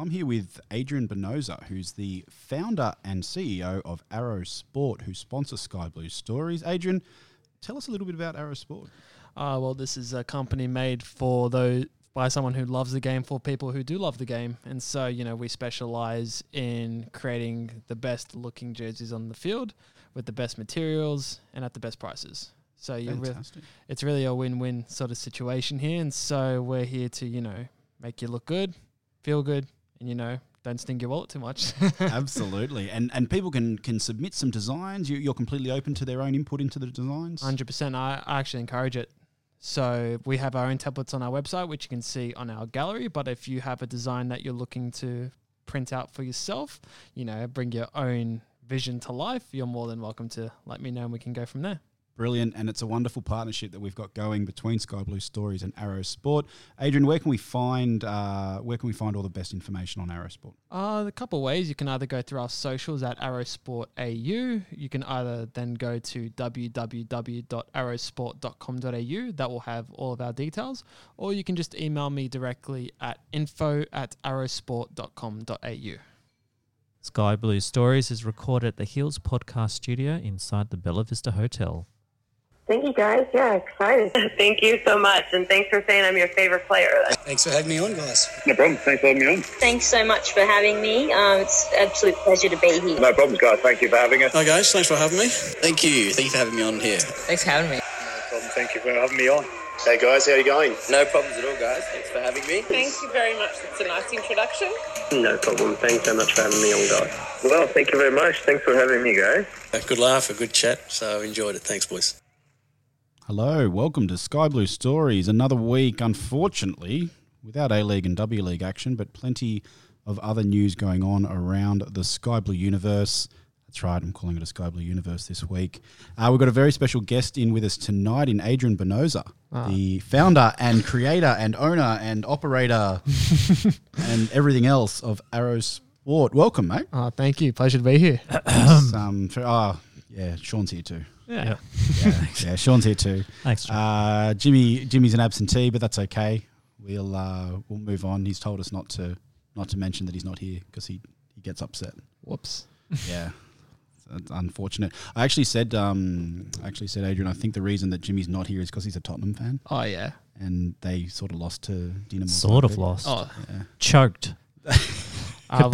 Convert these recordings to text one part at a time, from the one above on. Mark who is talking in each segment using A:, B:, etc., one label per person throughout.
A: I'm here with Adrian Benoza, who's the founder and CEO of Arrow Sport, who sponsors Sky Blue Stories. Adrian, tell us a little bit about Arrow Sport.
B: Uh, well, this is a company made for those by someone who loves the game for people who do love the game. And so, you know, we specialize in creating the best looking jerseys on the field with the best materials and at the best prices. So you re-
A: Fantastic.
B: it's really a win-win sort of situation here. And so we're here to, you know, make you look good, feel good, and you know, don't sting your wallet too much.
A: Absolutely, and and people can can submit some designs. You, you're completely open to their own input into the designs.
B: Hundred percent. I I actually encourage it. So we have our own templates on our website, which you can see on our gallery. But if you have a design that you're looking to print out for yourself, you know, bring your own vision to life, you're more than welcome to let me know, and we can go from there.
A: Brilliant, and it's a wonderful partnership that we've got going between Sky Blue Stories and Arrow Sport. Adrian, where can we find uh, where can we find all the best information on Arrow Sport?
B: Uh, a couple of ways. You can either go through our socials at Arrowsport AU. You can either then go to www.arrowsport.com.au. That will have all of our details. Or you can just email me directly at info at arrowsport.com.au.
C: Sky Blue Stories is recorded at the Hills Podcast Studio inside the Bella Vista Hotel.
D: Thank you guys. Yeah, excited.
E: Thank you so much, and thanks for saying I'm your favorite player.
F: Thanks for having me on, guys.
G: No problem. Thanks for having me on.
H: Thanks so much for having me. Um, it's an absolute pleasure to be here.
G: No problems, guys. Thank you for having us.
F: Hi, guys. Thanks for having me. Thank you. Thank you for having me on here.
I: Thanks for having me.
G: No problem. Thank you for having me on. Hey, guys. How you going?
F: No problems at all, guys. Thanks for having me.
E: Thank you very much. It's a nice introduction.
J: No problem. Thanks so much for having me on, guys.
G: Well, thank you very much. Thanks for having me, guys.
F: A good laugh, a good chat. So I enjoyed it. Thanks, boys.
A: Hello, welcome to Sky Blue Stories. Another week, unfortunately, without A League and W League action, but plenty of other news going on around the Sky Blue universe. That's right, I'm calling it a Sky Blue universe this week. Uh, we've got a very special guest in with us tonight in Adrian Benoza, the founder and creator and owner and operator and everything else of Arrow Sport. Welcome, mate.
B: Uh, thank you. Pleasure to be here.
A: It's, um, for, oh, yeah, Sean's here too.
B: Yeah.
A: Yeah, Sean's here too.
C: Thanks, John.
A: Uh, Jimmy Jimmy's an absentee, but that's okay. We'll uh, we'll move on. He's told us not to not to mention that he's not here because he, he gets upset.
B: Whoops.
A: Yeah, it's unfortunate. I actually said um, I actually said Adrian. I think the reason that Jimmy's not here is because he's a Tottenham fan,
B: Oh yeah.
A: and they sort of lost to Dinamo.
C: sort of
A: Zagreb.
C: lost.
B: Oh
C: Choked.
B: I was-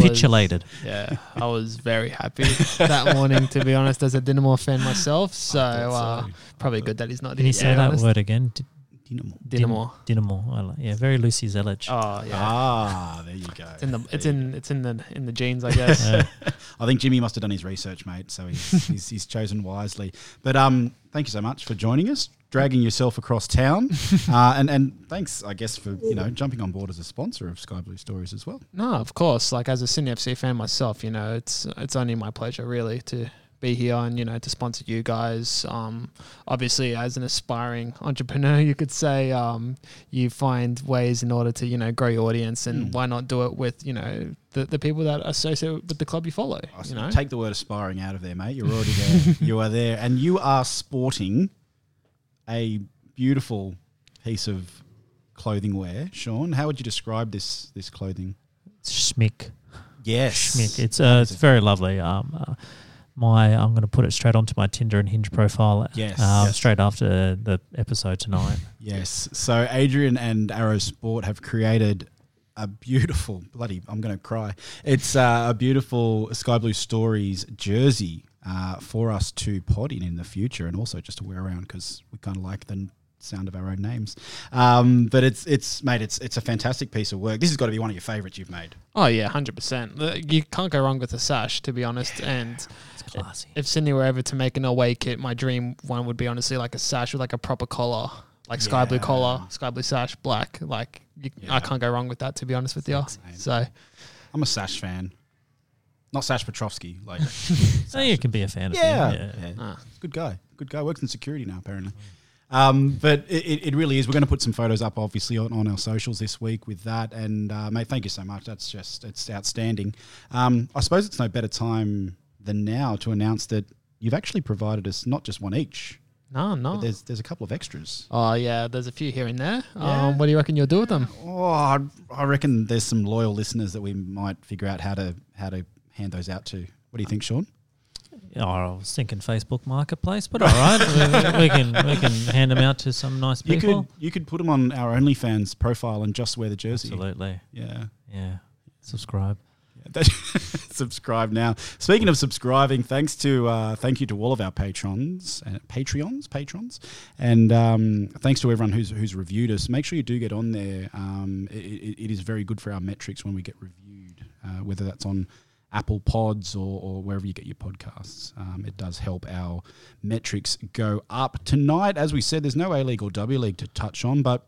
C: Capitulated.
B: yeah, I was very happy that morning. To be honest, as a Dinamo fan myself, so uh, probably good that he's not
C: Can
B: here.
C: you
B: to
C: say
B: be
C: that
B: honest.
C: word again? D-
A: Dinamo.
C: dim-
B: Dinamo.
C: Dinamo. I like, yeah, very Lucy Zelich.
B: Oh yeah.
A: Ah, there you go.
B: It's in the it's in it's in the in the genes, I guess.
C: Yeah.
A: I think Jimmy must have done his research, mate. So he's, he's, he's chosen wisely. But um, thank you so much for joining us, dragging yourself across town, uh, and and thanks, I guess, for you know jumping on board as a sponsor of Sky Blue Stories as well.
B: no, of course. Like as a Sydney FC fan myself, you know, it's it's only my pleasure really to be here and you know to sponsor you guys. Um, obviously, as an aspiring entrepreneur, you could say um, you find ways in order to you know grow your audience,
A: Mm.
B: and why not do it with you know the, the people that associate with the club you follow.
A: I
B: You know,
A: Take the word aspiring out of there, mate. You're already there. you are there, and you are sporting a beautiful piece of clothing wear. Sean, how would you describe this this clothing?
C: Schmick.
A: Yes,
C: Schmick. It's uh, it's very lovely. Um, uh, my I'm going to put it straight onto my Tinder and Hinge profile.
A: Yes.
C: Um,
A: Yes.
C: Straight after the episode tonight.
A: Yes. So Adrian and Arrow Sport have created a beautiful bloody. I'm going to cry. It's uh, a beautiful Sky Blue Stories jersey uh, for us to pod in in the future, and also just to wear around because we kind of like the n- sound of our own names. Um, but it's it's mate, it's it's a fantastic piece of work. This has got to be one of your favorites you've made.
B: Oh yeah, hundred percent. You can't go wrong with a sash, to be honest. And
C: It's classy.
B: if Sydney were ever to make an away kit, my dream one would be honestly like a sash with like a proper collar, like sky blue
A: Yeah.
B: collar, sky blue sash, black. Like you,
A: Yeah.
B: I can't go wrong with that, to be honest with you. So
A: I'm a Sash fan, not Sash Petrovsky. Like
C: So you can be a fan
A: Yeah. Ah.
C: of him. Yeah.
A: Good guy. Good guy. Works in security now, apparently. Um, but it, it- it really is. We're going to put some photos up, obviously, on, on our socials this week with that. And, uh, mate, thank you so much. That's just, it's outstanding. Um, I suppose it's no better time than now to announce that you've actually provided us not just one each,
B: No, no.
A: But there's there's a couple of extras.
B: Oh yeah, there's a few here and there.
A: Yeah.
B: Um, what do you reckon you'll do with them?
A: Oh, I, I reckon there's some loyal listeners that we might figure out how to how to hand those out to. What do you think, Sean?
C: Oh, I was thinking Facebook Marketplace, but all right, we, we can we can hand them out to some nice
A: You
C: people.
A: could you could put them on our OnlyFans profile and just wear the jersey.
C: Absolutely,
A: Yeah.
C: yeah. Subscribe.
A: That- subscribe now. Speaking of subscribing, thanks to uh, thank you to all of our patrons and patreons, patrons, and um, thanks to everyone who's who's reviewed us. Make sure you do get on there. Um, it, it, it is very good for our metrics when we get reviewed, uh, whether that's on Apple Pods or, or wherever you get your podcasts. Um, it does help our metrics go up. Tonight, as we said, there's no A League or W League to touch on, but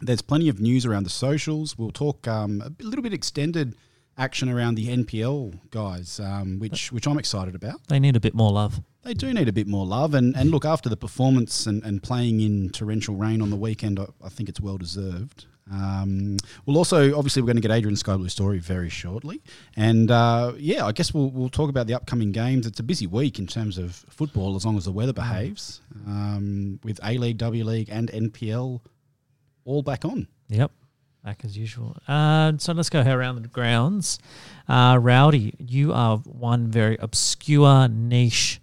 A: there's plenty of news around the socials. We'll talk um, a little bit extended action around the NPL guys, um, which which I'm excited about.
C: They need a bit more love.
A: They do need a bit more love, and, and look after the performance and, and playing in torrential rain on the weekend. I, I think it's well deserved. Um, we'll also obviously we're going to get Adrian Skyblue story very shortly, and uh, yeah, I guess we'll we'll talk about the upcoming games. It's a busy week in terms of football, as long as the weather behaves, um, with A League, W League, and NPL all back on.
C: Yep. Back as usual. Uh, so let's go around the grounds. Uh, Rowdy, you are one very obscure niche,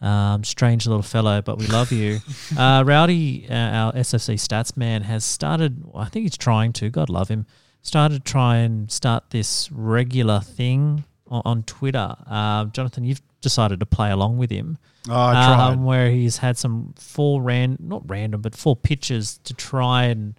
C: um, strange little fellow, but we love you. uh, Rowdy, uh, our SFC stats man, has started. I think he's trying to. God love him. Started to try and start this regular thing on, on Twitter. Uh, Jonathan, you've decided to play along with him.
A: Oh, I tried.
C: Um, where he's had some four ran not random but four pitches to try and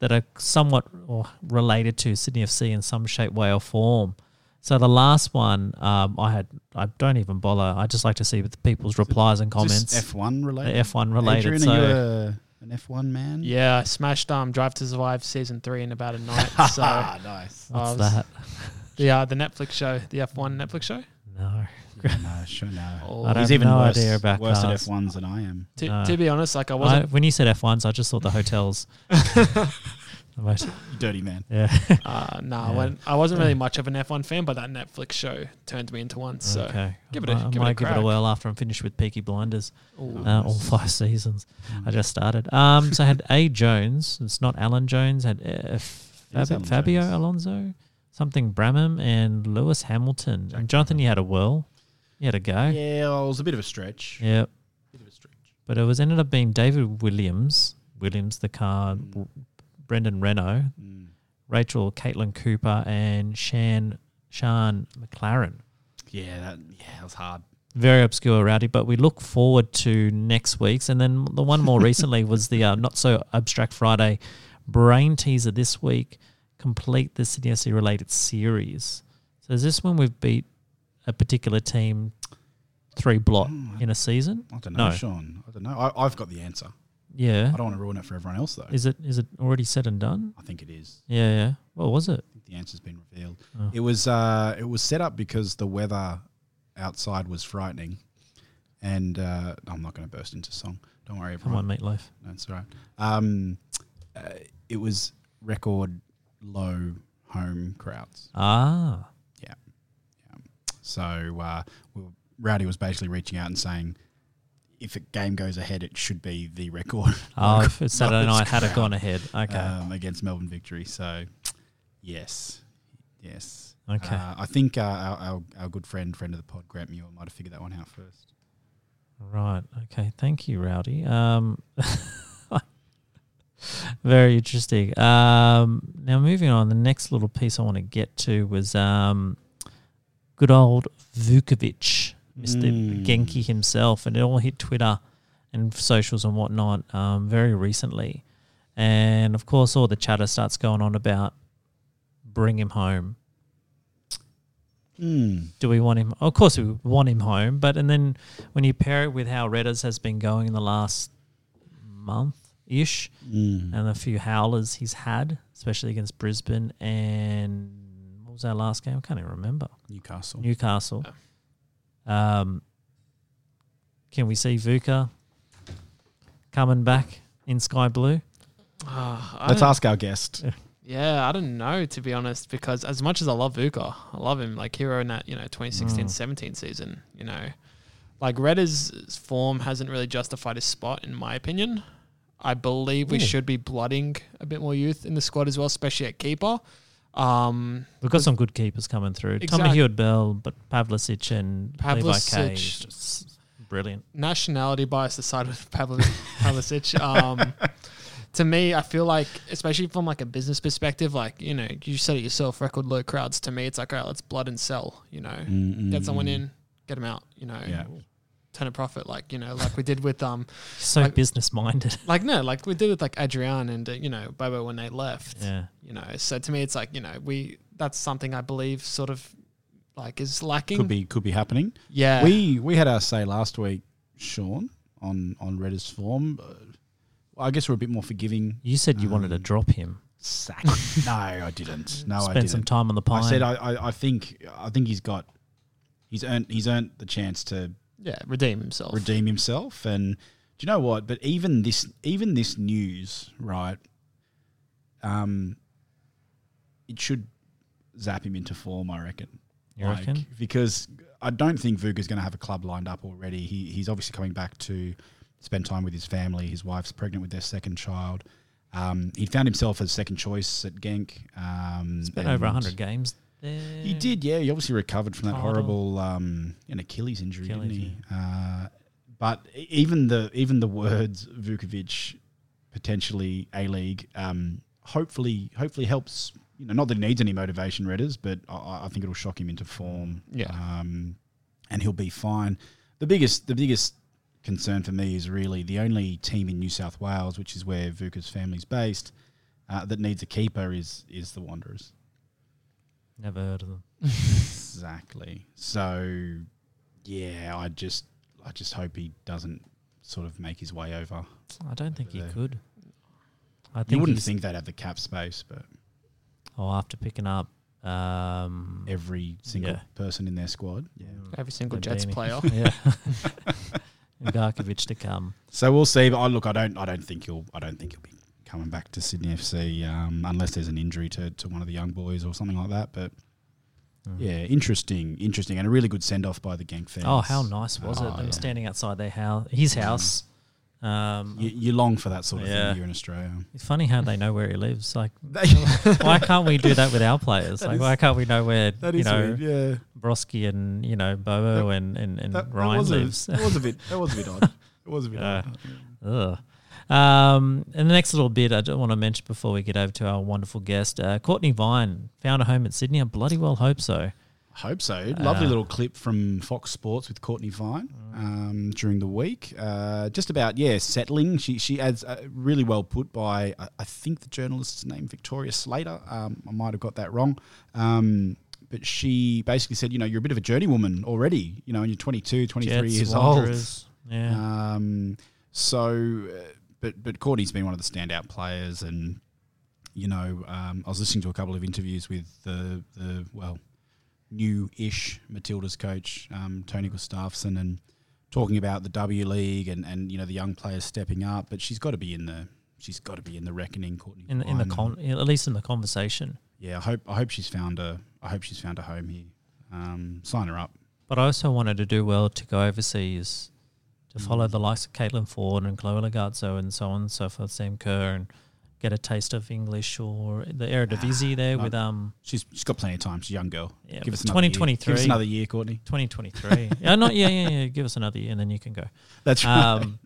C: that are somewhat or related to Sydney FC in some shape, way, or form. So the last one, um, I had I don't even bother. I just like to see the people's replies and comments.
A: F one related.
C: F one related.
A: Adrian,
C: so
A: are you a, an F one man?
B: Yeah, I smashed um Drive to Survive season three in about a night. So
A: Ah, nice.
B: I was-
C: what's that?
B: The uh, the Netflix show, the F one Netflix show.
C: No.
A: no, sure, no.
B: Oh.
C: I don't
A: He's
C: have
A: even
C: no
A: worse,
C: idea about
A: worse at
C: cars.
A: F ones than I am.
B: To,
C: No.
B: to be honest, like I
C: I,
B: wasn't.
C: when you said F ones, I just thought the hotels. The most-
A: You dirty man.
C: yeah.
B: uh, no, I, wasn't, I wasn't really much of an F one fan, but that Netflix show turned me into one. So
C: okay.
B: give it a-
C: I
B: give it a
C: might give it a
B: crack.
C: whirl after I'm finished with Peaky Blinders. uh, all five seasons.
B: Hmm.
C: I just started. Um, so I had A Jones. It's not Alan Jones. Had uh, Fab-
A: Alan
C: Fabio
A: Jones.
C: Alonso, something Bramham, and Lewis Hamilton. and Jonathan, you had a whirl. You had a go. Yeah.
A: Yeah, well, it was a bit of a stretch.
C: Yep.
A: Bit of a stretch.
C: But it was ended up being David Williams, Williams the car,
B: Hmm.
C: w Brendan Renault, Rachel Caitlin Cooper, and Shan Shan McLaren.
A: Yeah, that yeah, it was hard.
C: very obscure rowdy, but we look forward to next week's. And then the one more recently was the uh, not so abstract Friday brain teaser this week. Complete the Sydney FC related series. So is this when we've beat a particular team three blot in a season?
A: Hmm, I don't know,
C: No.
A: Sean. I don't know. I, I've got the answer.
C: Yeah.
A: I don't want to ruin it for everyone else though.
C: Is it is it already said and done?
A: I think it is.
C: Yeah, yeah. What was it?
A: think the answer's been revealed.
C: Oh.
A: It was uh, it was set up because the weather outside was frightening, and uh, I'm not going to burst into song. Don't worry,
C: Come
A: everyone.
C: on, meatloaf.
A: That's all right. Um, uh, it was record low home crowds.
C: Ah.
A: Yeah. yeah. So uh, we were- Rowdy was basically reaching out and saying, if a game goes ahead, it should be the record.
C: Oh, if it's Saturday
A: lowest
C: night had it
A: crowd,
C: gone ahead. Okay.
A: um, against Melbourne Victory. So, yes, yes.
C: Okay.
A: Uh, I think uh, our, our, our good friend, friend of the pod, Grant Muir, might have figured that one out first.
C: Right. Okay. Thank you, Rowdy. Um, very interesting. Um, now, moving on, the next little piece I want to get to was um, good old Vukovic, Mr.
A: Mm.
C: Genki himself, and it all hit Twitter and socials and whatnot um, very recently. And of course, all the chatter starts going on about bring him home
A: Mm.
C: do we want him? Of course, we want him home. But and then when you pair it with how Redders has been going in the last month ish,
B: Mm.
C: and a few howlers he's had, especially against Brisbane and what was our last game? I can't even remember.
A: Newcastle.
C: Newcastle. Um, can we see Vuka coming back in sky blue?
B: Ah, I
A: Let's
B: don't-
A: ask our guest.
B: Yeah, I don't know to be honest, because as much as I love Vuka, I love him like hero in that you know 2016-17 season. You know, Like Redder's form hasn't really justified his spot, in my opinion. I believe we should be blooding a bit more youth in the squad as well, especially at keeper. Um,
C: We've got some good keepers coming through.
B: Exact-
C: Tommy Hewitt Bell, but Pavlicic and Levi Kay. is
B: Pavlicic.
C: just Brilliant.
B: nationality bias aside with Pavlo- Pavlicic, um, to me, I feel like, especially from like a business perspective, like you know, you said it yourself, record low crowds. To me, it's like, all right, let's blood and sell. You know, get someone in, get them out. You know,
A: Yeah.
B: turn a profit, like you know, like we did with um,
C: So
B: Like-
C: business minded.
B: like no, like we did with like Adrian and uh, you know Bobo when they left.
C: Yeah.
B: You know, so to me, it's like you know we that's something I believe sort of like is lacking.
A: Could be could be happening.
B: Yeah.
A: We we had our say last week, Sean, on on Redder's form. Uh, I guess we're a bit more forgiving.
C: You said you wanted to drop him.
A: Sack. no, I didn't. No, Um, oh, I
C: Spend
A: didn't.
C: some time on the
A: I
C: pine.
A: said I, I, I think I think he's got he's earned he's earned the chance to
B: yeah, redeem himself.
A: redeem himself. And do you know what? But even this, even this news, right? Um, it should zap him into form, I reckon.
C: You reckon?
A: Because I don't think Vuga's going to have a club lined up already. He, he's obviously coming back to spend time with his family. His wife's pregnant with their second child. Um, he found himself as second choice at Genk. Um,
C: Spent over
A: and-
C: 100 games there.
A: he did, yeah. He obviously recovered from that
C: Title.
A: horrible um, an Achilles injury,
C: Achilles,
A: didn't he? Uh, but e- even the even the words Vukovic potentially A League, um, hopefully hopefully helps. You know, not that he needs any motivation, Redders, but I- I, I think it'll shock him into form.
B: Yeah.
A: um, and he'll be fine. The biggest the biggest concern for me is really the only team in New South Wales, which is where Vuka's family's based, uh, that needs a keeper is is the Wanderers.
C: Never heard of them.
A: Exactly. So, yeah, I just, I just hope he doesn't sort of make his way over.
C: I don't think he
A: there.
C: could. I think
A: You wouldn't
C: he's-
A: think they'd have the cap space, but
C: Oh, after picking up. Um,
A: every single
C: Yeah.
A: person in their squad. Yeah.
B: Every single Jets
C: Maldini.
B: player.
C: yeah. Garkovic to come.
A: So we'll see. But I look, I don't, I don't think he'll, I don't think he'll be coming back to Sydney FC um, unless there's an injury to, to one of the young boys or something like that. But
C: Mm.
A: yeah, interesting, interesting, and a really good send off by the Genk fans.
C: Oh, how nice was
A: Oh,
C: it? They
A: yeah. Mm.
C: were standing outside their house, his house. Um,
A: You, you long for that sort of
C: Yeah.
A: thing here in Australia.
C: It's funny how they know where he lives. Like, why can't we do that with our players? Like, why can't we know where you know
A: yeah.
C: Broski and you know Bobo and and, and Ryan Uh,
A: was
C: lives?
A: A, that was a bit. That was a bit odd. It was a bit
C: Yeah.
A: odd.
C: Ugh. Um, and the next little bit I don't want to mention before we get over to our wonderful guest, uh, Courtney Vine found a home at Sydney. I bloody well hope so.
A: I hope so.
C: uh,
A: Lovely little clip from Fox Sports with Courtney Vine
C: Mm.
A: um, during the week. Uh, just about yeah, settling. She she adds uh, really well put by I, I think the journalist's name Victoria Slater. Um, I might have got that wrong. Um, but she basically said, you know, you're a bit of a journeywoman already, you know, and you're 22, 23
C: Jets,
A: years old.
C: Wanderers, Yeah.
A: Um, so, uh, but but Courtney's been one of the standout players, and you know, um, I was listening to a couple of interviews with the the well, new-ish Matildas coach um, Tony Gustafsson, and talking about the W League and and you know the young players stepping up, but she's got to be in the she's got to be in the reckoning, Courtney.
C: in the, in the
A: Vine.
C: con- at least in the conversation.
A: yeah, I hope I hope she's found a I hope she's found a home here. Um, sign her up.
C: But I also wanted to do well to go overseas to
A: Mm.
C: follow the likes of Caitlin Ford and Chloe Lagazzo and so on and so forth, Sam Kerr, and get a taste of English or the
A: Ah,
C: Eredivisie there with um
A: She's she's got plenty of time. She's a young girl.
C: Yeah,
A: give
C: but
A: us another year. Give us
C: 2023.
A: another year, Courtney.
C: 2023. yeah, not yeah, yeah, yeah. Give us another year and then you can go.
A: That's
C: Um,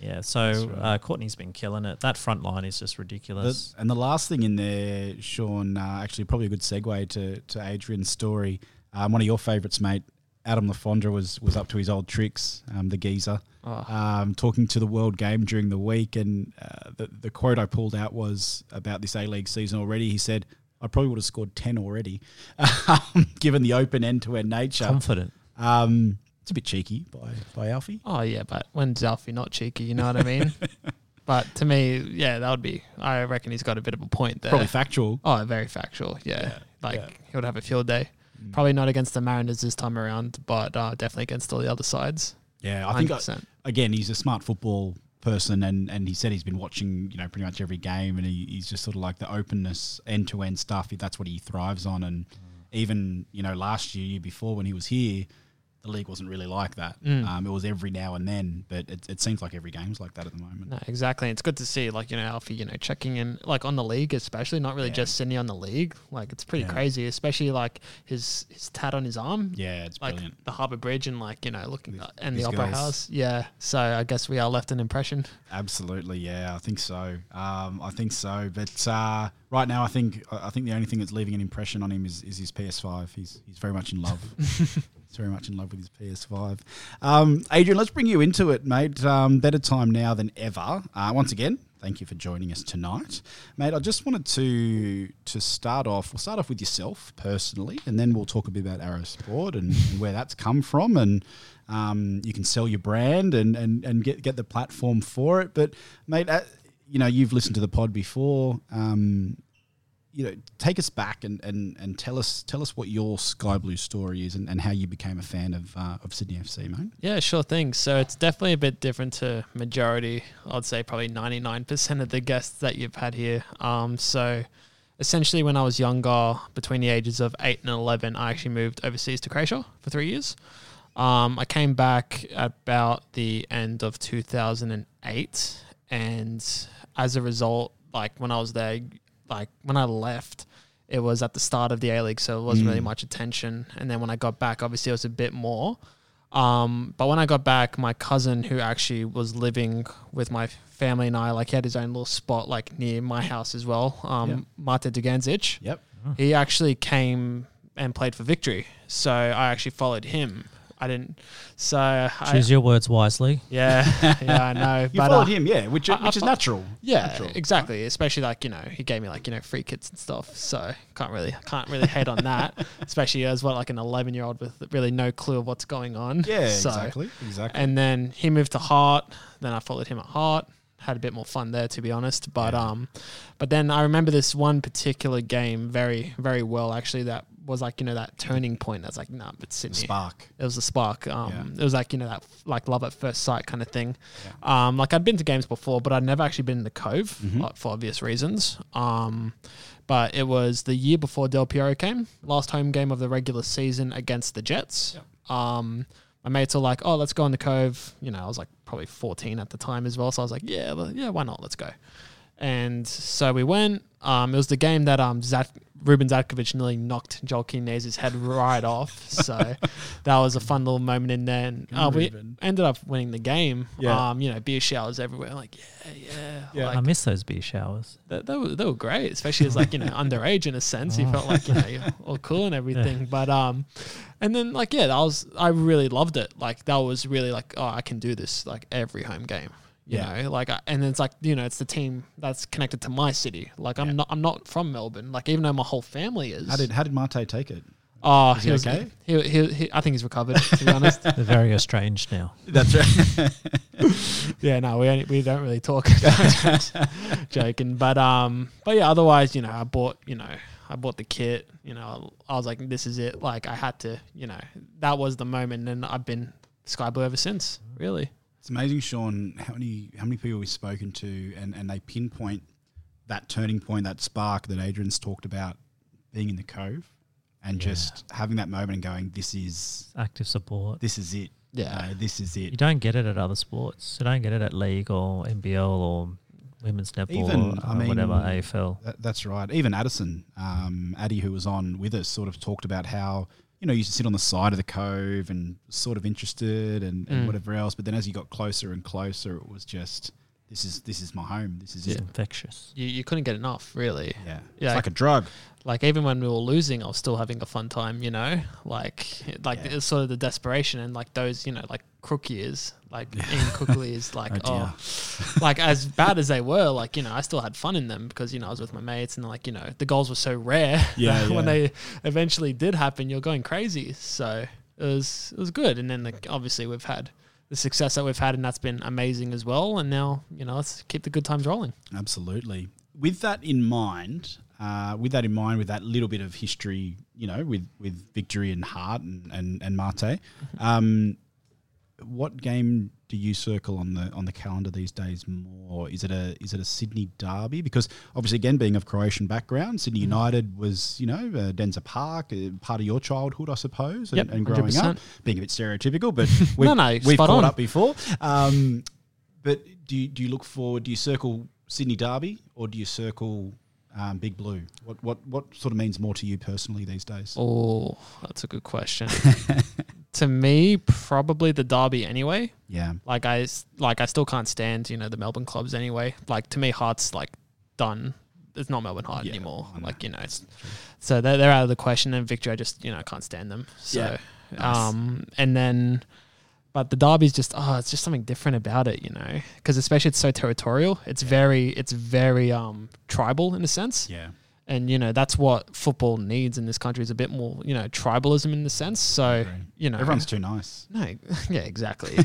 C: Yeah,
A: That's
C: so
A: right.
C: uh, Courtney's been killing it. That front line is just ridiculous.
A: The- and the last thing in there, Sean, uh, actually probably a good segue to, to Adrian's story. Um, one of your favourites, mate, Adam Lafondra was was up to his old tricks, um, the geezer, um, talking to the World Game during the week, and uh, the the quote I pulled out was about this A League season already. He said. I probably would have scored 10 already, um, given the open end to end nature.
C: Confident.
A: Um, it's a bit cheeky by, by Alfie.
B: Oh yeah, but when's Alfie not cheeky? You know what I mean. but to me, yeah, that would be. I reckon he's got a bit of a point there.
A: Probably factual.
B: Oh, very factual. Yeah, like he would have a field day.
A: Mm.
B: Probably not against the Mariners this time around, but uh, definitely against all the other sides.
A: Yeah, I think I-
B: 100%.
A: again he's a smart football person, and and he said he's been watching you know pretty much every game, and he, he's just sort of like the openness, end to end stuff. That's what he thrives on, and even you know last year, year before when he was here, the league wasn't really like that. Um, it was every now and then, but it, it seems like every game's like that at the moment.
B: No, exactly. It's good to see, like you know, Alfie, you know, checking in, like on the league, especially not really just Sydney on the league. Like it's pretty
A: Yeah.
B: crazy, especially like his his tat on his arm.
A: Yeah, it's
B: like
A: brilliant.
B: the Harbour Bridge and like you know, looking and
A: these
B: the Opera
A: guys.
B: House. Yeah. So I guess we are left an impression.
A: Absolutely, yeah, I think so. Um, I think so. But uh, right now, I think I I think the only thing that's leaving an impression on him is, is his PS5. He's he's very much in love. he's very much in love with his PS5. Um, Adrian, let's bring you into it, mate. Um, better time now than ever. Uh, once again, thank you for joining us tonight, mate. I just wanted to to start off. We'll start off with yourself personally, and then we'll talk a bit about Arrow Sport and, and where that's come from, and um, you can sell your brand and and and get get the platform for it. But mate, uh, you know you've listened to the pod before. Um, you know, take us back and, and, and tell us tell us what your Sky Blue story is and, and how you became a fan of uh, of Sydney FC, mate.
B: Yeah, sure thing. So it's definitely a bit different to majority. I'd say probably ninety nine percent of the guests that you've had here. Um, so essentially, when I was younger, between the ages of eight and eleven, I actually moved overseas to Croatia for three years. Um, I came back about the end of two thousand and eight, and as a result, like when I was there, like when I left, it was at the start of the A League, so it wasn't really much attention. And then when I got back, obviously it was a bit more. Um, but when I got back, my cousin, who actually was living with my family and I, like he had his own little spot like near my house as well. Um, Mate Duganzic.
A: Yep.
B: He actually came and played for Victory, so I actually followed him. I didn't. So I,
C: Choose your words wisely.
B: yeah, yeah, I know.
A: You
B: but,
A: followed
B: uh,
A: him, yeah, which
B: I- I
A: which is
B: fo-
A: natural.
B: yeah,
A: natural.
B: exactly. Especially like you know, he gave me like you know free kits and stuff, so can't really can't really hate on that. Especially as well, like an eleven year old with really no clue of what's going on.
A: Yeah,
B: So-
A: exactly, exactly.
B: And then he moved to Hart. Then I followed him at Hart. Had a bit more fun there, to be honest. But um, but then I remember this one particular game very very well actually. That was like you know that turning point. That's like nah, but Sydney
A: Spark.
B: it was the spark. Um, It was like you know that like love at first sight kind of thing. Um, like I'd been to games before, but I'd never actually been in the Cove uh, for obvious reasons. Um, but it was the year before Del Piero came, last home game of the regular season against the Jets. Um, my mates were like, "Oh, let's go in the Cove." You know, I was like probably 14 at the time as well, so I was like, "Yeah, well, yeah, why not? Let's go." And so we went. Um, it was the game that um, Zat- Ruben Zatkovic nearly knocked Joel Kinez's head right off. So that was a fun little moment in there. And, uh, we ended up winning the game.
A: Yeah.
B: Um, you know, beer showers everywhere. Like, yeah, yeah. Like,
C: I miss those beer showers.
B: they, they, were, they were great, especially as like you know underage in a sense.
A: Oh.
B: You felt like you know you're all cool and everything, but um, and then like yeah, I was I really loved it. Like that was really like oh I can do this like every home game. You
A: Yeah.
B: know, like, I, and it's like you know, it's the team that's connected to my city. Like, I'm not, I'm not from Melbourne. Like, even though my whole family is.
A: How did how did Mate take it?
B: Oh, he,
A: he
B: was
A: okay?
B: He, he, he, I think he's recovered. To be honest,
C: They're very estranged now.
A: That's right.
B: yeah, no, we only, we don't really talk. Just joking, but um, but yeah, otherwise, you know, I bought, you know, I bought the kit. You know, I was like, this is it. Like, I had to, you know, that was the moment, and I've been Sky Blue ever since. Really,
A: It's amazing, Sean, how many how many people we've spoken to and, and they pinpoint that turning point, that spark that Adrian's talked about being in the cove and just having that moment and going, This is
C: Active support.
A: this is it.
B: Yeah.
A: Uh, this is
C: You
A: it.
C: don't get it at other sports. You don't get it at league or NBL or women's netball
A: Even,
C: or
A: I mean,
C: whatever AFL.
A: That, that's right. Even Addison, um, Addy, who was on with us, sort of talked about how you know you used to sit on the side of the cove and sort of interested and, and whatever else. But then as you got closer and closer, it was just this is this is my home. This is
C: It's
A: it.
C: infectious.
B: you, you couldn't get enough. Really,
A: Yeah,
B: Yeah.
A: it's like a drug.
B: like even when we were losing, I was still having a fun time, you know. Like, it- like it's sort of the desperation and like those, you know, like crook years, like Ian Cookley is like, oh, like as bad as they were, like you know, I still had fun in them because you know I was with my mates and like you know the goals were so rare. that
A: Yeah, yeah.
B: when they eventually did happen, you're going crazy. So it was it was good, and then like obviously we've had the success that we've had, and that's been amazing as well. And now you know let's keep the good times rolling.
A: Absolutely. With that in mind, uh, with that in mind, with that little bit of history, you know, with with victory and heart and and, and Mate, um, what game do you circle on the on the calendar these days more? Is it a is it a Sydney derby? Because obviously, again, being of Croatian background, Sydney United was you know uh, Denza Park, uh, part of your childhood, I suppose, and,
B: Yep,
A: and growing up,
B: 100%.
A: being a bit stereotypical, but we've,
B: No, no,
A: we've
B: spot
A: caught
B: on.
A: up before. Um, but do you, do you look forward? Do you circle Sydney derby or do you circle um, Big Blue? What what what sort of means more to you personally these days?
B: Oh, that's a good question. to me, probably the derby anyway.
A: Yeah,
B: Like I s- like I still can't stand you know the Melbourne clubs anyway. Like to me, Hearts like done. It's not Melbourne Heart
A: Yeah,
B: anymore.
A: I know.
B: Like you know, it's, so they're, they're out of the question. And Victory, I just you know I can't stand them. So um and then. But the derby's just oh, it's just something different about it, you know, because especially it's so territorial. It's very, it's very um tribal in a sense
A: yeah.
B: and you know that's what football needs in this country is a bit more you know tribalism in the sense so you know
A: Everyone's too nice.
B: no yeah exactly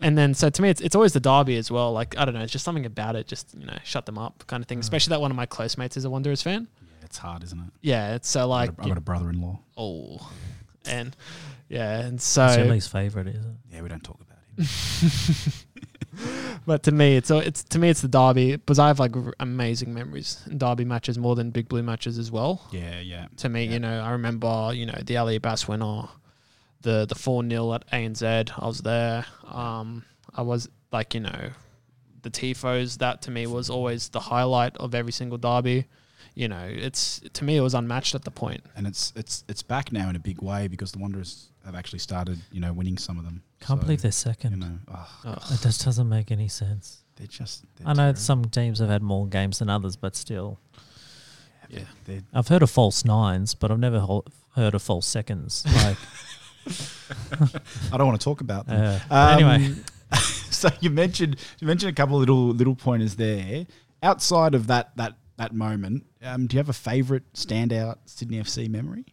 B: and then so to me it's, it's always the derby as well like i don't know it's just something about it just you know shut them up kind of
A: Mm.
B: thing especially that one of my close mates is a wanderers fan
A: Yeah, it's hard, isn't it?
B: yeah it's so
A: I
B: like
A: got a- I got a brother-in-law.
B: oh and yeah and
C: It's your
B: so
C: least favorite, is it?
A: Yeah, we don't talk about him.
B: but to me it's it's to me it's the derby because i have like r- amazing memories in derby matches more than big blue matches as well
A: yeah, yeah.
B: to me,
A: Yeah.
B: you know, I remember, you know, the Ali Abbas winner, the the four 0 at ANZ. I was there. Um, I was like, you know, the tifos. That to me was always the highlight of every single derby. You know, it's to me it was unmatched at the point.
A: And it's it's it's back now in a big way because the Wanderers have actually started, you know, winning some of them.
C: Can't
A: So,
C: believe they're
A: You
C: second.
A: know, oh,
C: It just doesn't make any sense.
A: they're just. They're
C: I know
A: terrible.
C: some teams have had more games than others, but still,
B: Yeah.
A: They're,
C: I've heard of false nines, but I've never hol- heard of false seconds. Like,
A: I don't want to talk about them. Um,
C: uh, but anyway,
A: so you mentioned you mentioned a couple of little little pointers there. Outside of that that that moment, um, do you have a favourite standout Sydney FC memory?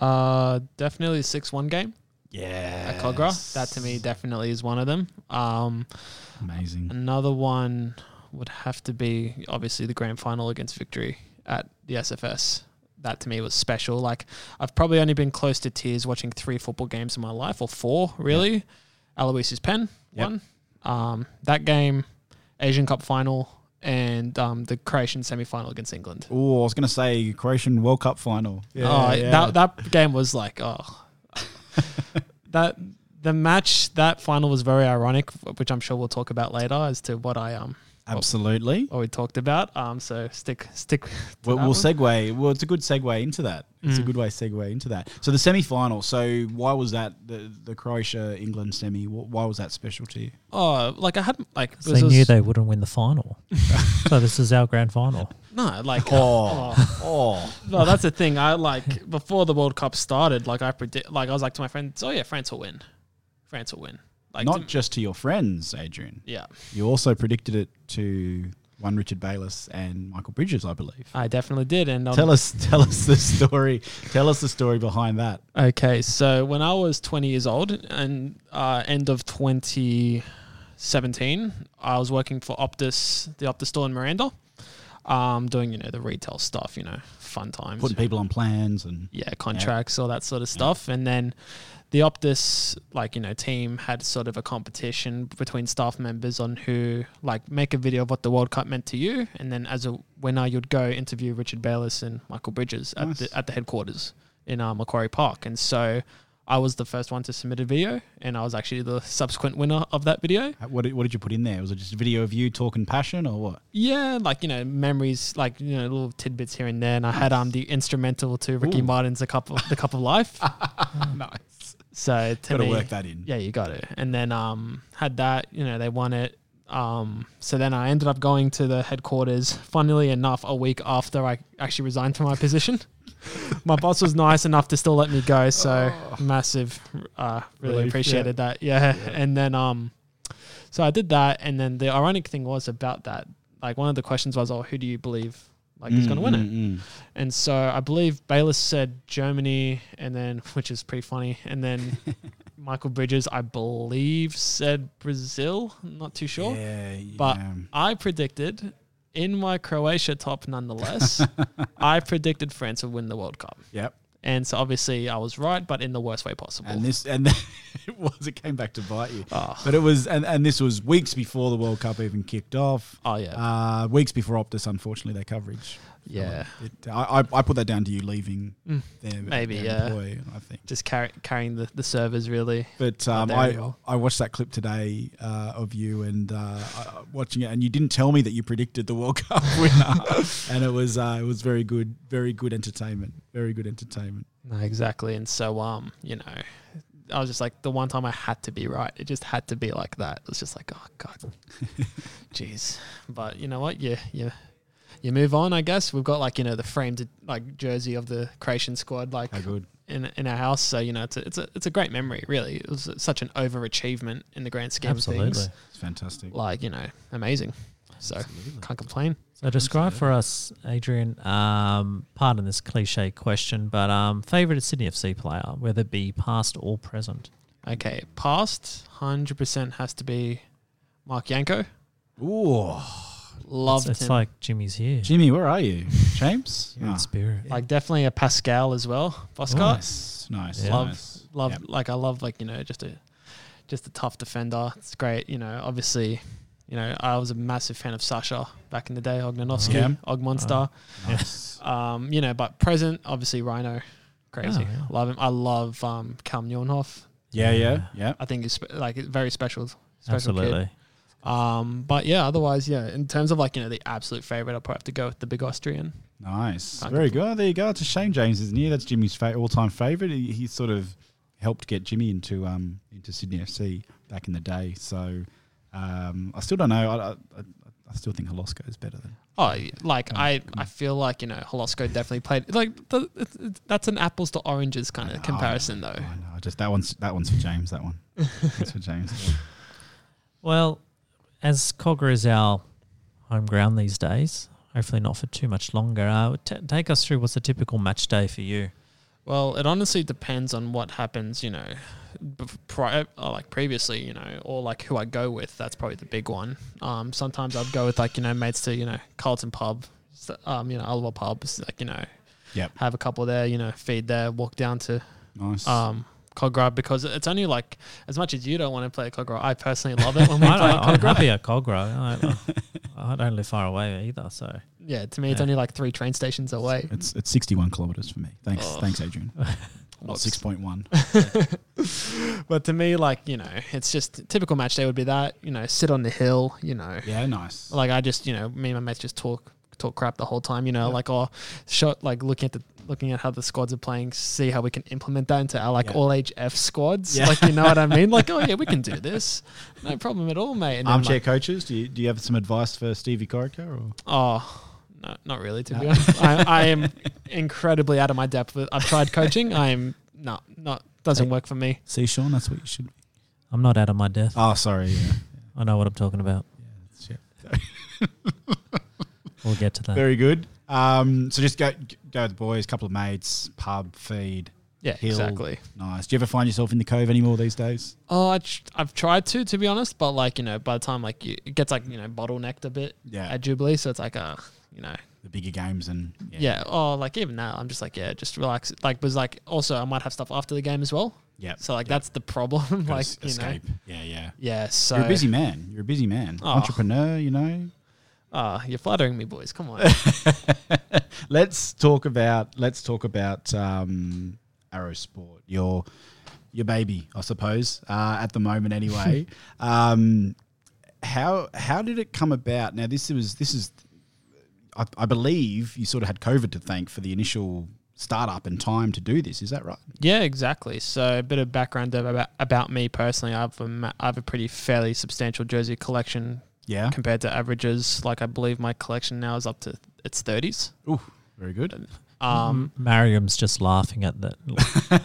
B: Uh, definitely six one game
A: Yeah,
B: at Cogra. That to me definitely is one of them. Um,
A: amazing.
B: another one would have to be obviously the grand final against Victory at the SFS. That to me was special. Like I've probably only been close to tears watching three football games in my life, or four really. Aloisi's pen
A: Yep.
B: one. Um, that game, Asian Cup final, and um, the Croatian semi final against England.
A: Oh, I was going to say Croatian World Cup final. Yeah,
B: oh,
A: yeah.
B: that that game was like oh, that the match that final was very ironic, which I'm sure we'll talk about later as to what I um
A: absolutely.
B: what we talked about. Um, so stick stick. to
A: We'll,
B: that
A: we'll
B: one. Mm.
A: segue. Well, it's a good segue into that. It's a good way segue into that. So the semi-final. So why was that the, the Croatia England semi? wh- Why was that special to you?
B: Oh, like I had like it
C: they
B: was-
C: knew they wouldn't win the final, so this is our grand final.
B: no like oh.
A: Oh,
B: no that's the thing. I like before the World Cup started. Like I predict like I was like to my friends, oh yeah, France will win. France will win. Like
A: not
B: to-
A: just to your friends, Adrian.
B: yeah.
A: You also predicted it to one Richard Bayless and Michael Bridges, I believe.
B: I definitely did, and um,
A: Tell us, tell us the story. Tell us the story behind that.
B: Okay, so when I was 20 years old and uh, end of 2017, I was working for Optus, the Optus store in Miranda, um, doing you know the retail stuff, you know, fun times.
A: Putting people on plans and
B: yeah, contracts, all that sort of stuff. And then the Optus, like, you know, team had sort of a competition between staff members on who, like, make a video of what the World Cup meant to you. And then as a winner, you'd go interview Richard Bayless and Michael Bridges at,
A: Nice.
B: the, at the headquarters in uh, Macquarie Park. And so I was the first one to submit a video, and I was actually the subsequent winner of that video.
A: Uh, what did, what did you put in there? Was it just a video of you talking passion or what?
B: Yeah, like you know, memories, like you know, little tidbits here and there. And I had um the instrumental to Ricky
A: Ooh.
B: Martin's "A Cup of the Cup of Life."
A: Nice.
B: So to
A: Got to
B: me-
A: work that in.
B: Yeah, you got it. And then um had that, you know, they won it. Um so then I ended up going to the headquarters, funnily enough, a week after I actually resigned from my position. my boss was nice enough to still let me go, so massive uh really
A: Oh. Relief,
B: appreciated that. Yeah. And then um so I did that and then the ironic thing was about that, like one of the questions was, Oh, who do you believe like is gonna win it?
A: Mm, mm.
B: And so I believe Bayless said Germany, and then which is pretty funny. And then Michael Bridges, I believe, said Brazil. I'm not too sure,
A: Yeah, um,
B: but
A: yeah.
B: I predicted in my Croatia top, nonetheless. I predicted France would win the World Cup,
A: Yep.
B: And so obviously I was right, but in the worst way possible.
A: And this and it was it came back to bite you.
B: Ah.
A: But it was and, and this was weeks before the World Cup even kicked off.
B: Oh, yeah.
A: uh, weeks before Optus. Unfortunately, their coverage.
B: Yeah. Mm.
A: it, I, I I put that down to you leaving their,
B: maybe,
A: their
B: yeah.
A: employ. I think.
B: Just carry, carrying the, the servers really.
A: But um,
B: Oh, there you
A: I,
B: are.
A: I watched that clip today uh, of you and uh, I- watching it, and you didn't tell me that you predicted the World Cup winner, and it was uh, it was very good, very good entertainment, very good entertainment.
B: No, exactly. And so, um, you know, I was just like, the one time I had to be right, it just had to be like that. It was just like, oh god, jeez. But you know what? You you you move on. I guess we've got like you know the framed like jersey of the Croatian squad, like
A: How good.
B: in in our house. So you know, it's a, it's a it's a great memory. Really, it was such an overachievement in the grand scheme
C: Absolutely.
B: of things.
A: It's fantastic.
B: Like you know, amazing. So can't complain.
C: So describe for us, Adrian. Um, pardon this cliche question, but um, favorite Sydney FC player, whether it be past or present.
B: Okay, past hundred percent has to be Mark Yanko.
A: Ooh,
B: Loved
C: It's
B: him.
C: like Jimmy's here.
A: Jimmy, where are you? James,
C: You're in
A: Ah,
C: spirit.
B: like definitely a Pascal as well. Boscott,
A: nice, nice,
C: Yeah.
B: love,
A: nice.
B: love,
A: Yep.
B: like I love like you know just a just a tough defender. It's great, you know. Obviously, you know I was a massive fan of Sasha back in the day, Ognanovsky,
A: Yeah.
B: Og Monster.
A: nice.
C: Uh-huh.
B: Um, you know, but present obviously Rhino, crazy,
C: Oh, yeah.
B: love him. I love um Cam Jornhoff.
A: Yeah, yeah, yeah.
B: I think he's spe- like very special, special
C: Absolutely.
B: kid. Um, but yeah, otherwise, yeah. In terms of like you know the absolute favorite, I'll probably have to go with the big Austrian.
A: Nice.
B: Can't
A: Very good. Oh, there you go. It's a shame James isn't here. That's Jimmy's fa- all-time favorite. He, he sort of helped get Jimmy into um into Sydney FC back in the day. So um, I still don't know. I, I, I- I still think Holosco is better than.
B: Oh, y- like I, I feel like you know, Holosco definitely played like the, it's it's that's an apples to oranges kind of comparison, though.
A: I know. I just that one's that one's for James. That one. That's for James.
C: Well, as Cogger is our home ground these days, hopefully not for too much longer. Uh, t- take us through what's a typical match day for you.
B: Well, it honestly depends on what happens, you know, bef- pri- uh, like previously, you know, or like who I go with. That's probably the big one. Um, sometimes I'd go with like you know mates to you know Carlton Pub, s- um, you know Oliver Pub, s- like you know,
A: Yep.
B: have a couple there, you know, feed there, walk down to
A: Nice.
B: um. Cogra because it's only like as much as you don't want to play Cogra, I personally love it when we
C: I,
B: play
C: I, I'm
B: Cogra.
C: happy at Cogra. I, I I don't live far away either, so
B: Yeah, to me, it's only like three train stations away.
A: it's it's sixty-one kilometers for me. Thanks,
B: Oh.
A: thanks, Adrian. Not
B: What's-
A: six point one.
B: But to me, like, you know, it's just typical match day would be that, you know, sit on the hill, you know.
A: Yeah, nice.
B: Like, I just, you know, me and my mates just talk talk crap the whole time, you know, like, oh, shot, like, looking at the. Looking at how the squads are playing, see how we can implement that into our like
A: Yeah.
B: all age F squads.
A: Yeah.
B: Like you know what I mean? Like oh yeah, we can do this, no problem at all, mate. And then,
A: Armchair
B: like,
A: coaches. Do you do you have some advice for Stevie Corica or?
B: Oh, no, not really. To be honest, I, I am incredibly out of my depth. with- I've tried coaching. I'm not not doesn't work for me.
A: See, Sean, that's what you should. Be.
C: I'm not out of my depth.
A: Oh, sorry. Yeah.
C: I know what I'm talking about.
A: That's- yeah.
C: We'll get to that.
A: Very good. Um, so just go go with the boys, couple of mates, pub, feed.
B: Yeah,
A: hill.
B: exactly.
A: Nice. Do you ever find yourself in the cove anymore these days?
B: Oh, I tr- I've tried to, to be honest, but like you know, by the time like you, it gets like you know bottlenecked a bit
A: Yeah.
B: at Jubilee, so it's like uh, you know,
A: The bigger games and
B: yeah. Oh, like even now, I'm just like yeah, just relax. Like was like also I might have stuff after the game as well.
A: yeah.
B: So like that's the problem.
A: Gotta
B: like
A: es-
B: you
A: escape.
B: know,
A: Yeah, yeah.
B: yeah. So
A: You're a busy man. You're a busy man.
B: Oh.
A: Entrepreneur, you know.
B: Ah, you're flattering me, boys. Come on.
A: Let's talk about let's talk about um, Arrow Sport. Your your baby, I suppose, uh, at the moment anyway. um, how how did it come about? Now this was this is I, I believe you sort of had COVID to thank for the initial startup and time to do this. Is that right?
B: Yeah, exactly. So a bit of background about, about me personally. I have a ma- I have a pretty fairly substantial jersey collection
A: Yeah.
B: compared to averages. Like I believe my collection now is up to its thirties.
A: Ooh, very good.
B: Um,
C: Mariam's just laughing at that. you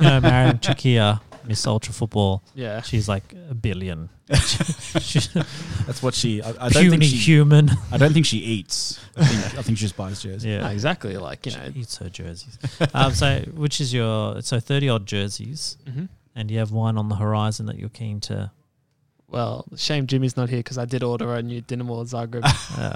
C: know, Mariam Chakia, Miss Ultra Football.
B: yeah,
C: She's like a billion. She's a
A: That's what she. I, I don't think
C: puny
A: she.
C: human.
A: I don't think she eats. I think, I think she just buys jerseys.
B: No,
C: Yeah.
B: exactly. Like you know,
C: Eats her jerseys. um, so, which is your so thirty odd jerseys,
B: Mhm.
C: and you have one on the horizon that you're keen to
B: Well, shame Jimmy's not here because I did order a new Dinamo Zagreb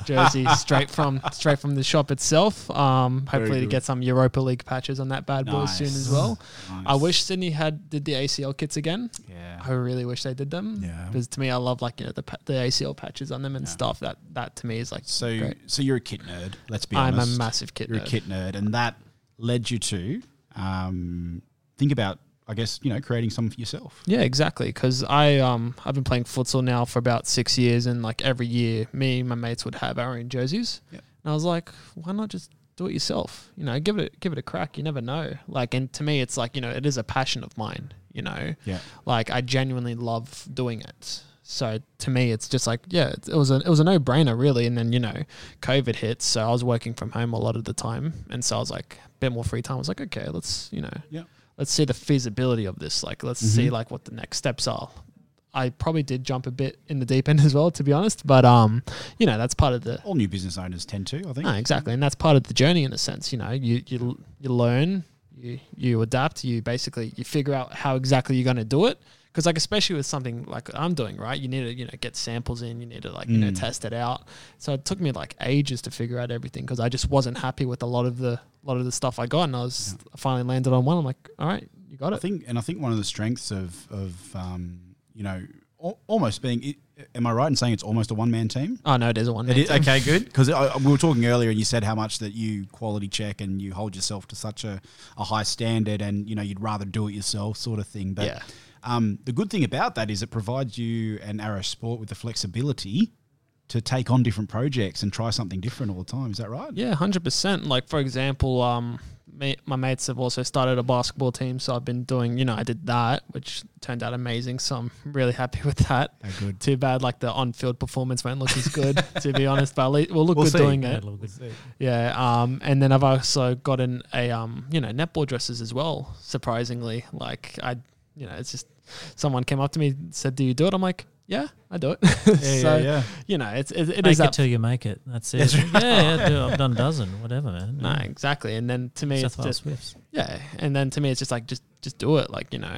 B: jersey straight from straight from the shop itself. Um, hopefully to
A: good.
B: get some Europa League patches on that bad boy soon
A: Nice.
B: as well.
A: Nice.
B: I wish Sydney had did the ACL kits again.
A: Yeah.
B: I really wish they did them.
A: Yeah.
B: because to me, I love like you know the pa- the ACL patches on them and stuff. That that to me is like
A: So,
B: great.
A: so you're a kit nerd. Let's be
B: I'm a
A: honest.
B: massive kit
A: You're a
B: nerd.
A: kit nerd, and that led you to um, think about, I guess, you know, creating some for yourself.
B: Yeah, exactly. Because I um I've been playing futsal now for about six years, and like every year, me and my mates would have our own jerseys.
A: Yep.
B: And I was like, why not just do it yourself? You know, give it give it a crack. You never know. Like, and to me, it's like you know, it is a passion of mine. You know,
A: Yeah.
B: like I genuinely love doing it. So to me, it's just like yeah, it, it was a it was a no brainer really. And then you know, COVID hit, so I was working from home a lot of the time, and so I was like a bit more free time. I was like, okay, let's you know,
A: Yeah.
B: let's see the feasibility of this. Like, let's see like what the next steps are. I probably did jump a bit in the deep end as well, to be honest. But um, you know, that's part of the
A: All new business owners tend to, I think.
B: no, exactly, and that's part of the journey in a sense. You know, you you you learn, you you adapt, you basically you figure out how exactly you're going to do it. Because like especially with something like I'm doing, right? You need to you know get samples in, you need to like you know test it out. So it took me like ages to figure out everything because I just wasn't happy with a lot of the lot of the stuff I got, and I was I finally landed on one. I'm like, all right, you got
A: I
B: it.
A: think, and I think one of the strengths of of um, you know al- almost being, i- am I right in saying it's almost a one man team?
B: Oh no, it is a one.
A: It is, okay, good. Because we were talking earlier, and you said how much that you quality check and you hold yourself to such a, a high standard, and you know you'd rather do it yourself, sort of thing. But
B: Yeah.
A: um, the good thing about that is it provides you and Arrow Sport with the flexibility to take on different projects and try something different all the time. Is that right?
B: Yeah, hundred percent. Like for example, um, ma- my mates have also started a basketball team, so I've been doing. You know, I did that, which turned out amazing. So I'm really happy with that.
A: Oh, good.
B: Too bad, like the on-field performance won't look as good, to be honest. But at least we'll look
A: We'll
B: good
A: see.
B: doing
C: Yeah,
B: it.
C: it'll look good.
B: Yeah. Um, and then I've also gotten a um, you know, netball dresses as well. Surprisingly, like I, you know, it's just someone came up to me said, "Do you do it?" I'm like, "Yeah, I do it."
A: yeah,
B: so
A: yeah.
B: you know, it's it, it
C: Make
B: is
C: it
B: that
C: till you make it. That's it. Yeah, yeah, dude, I've done a dozen, whatever, man.
B: no, exactly. And then to me,
C: South
B: it's
C: Wales
B: just
C: Swifts.
B: yeah and then to me it's just like just just do it like you know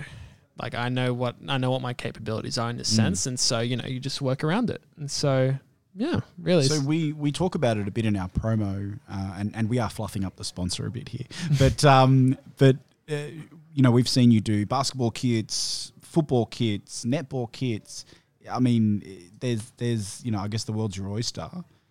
B: like i know what i know what my capabilities are in this sense and so you know you just work around it and so yeah really
A: So we we talk about it a bit in our promo, uh, and and we are fluffing up the sponsor a bit here, but um, but uh, you know we've seen you do basketball kits, football kits, netball kits. I mean, eh, there's there's you know I guess the world's your oyster.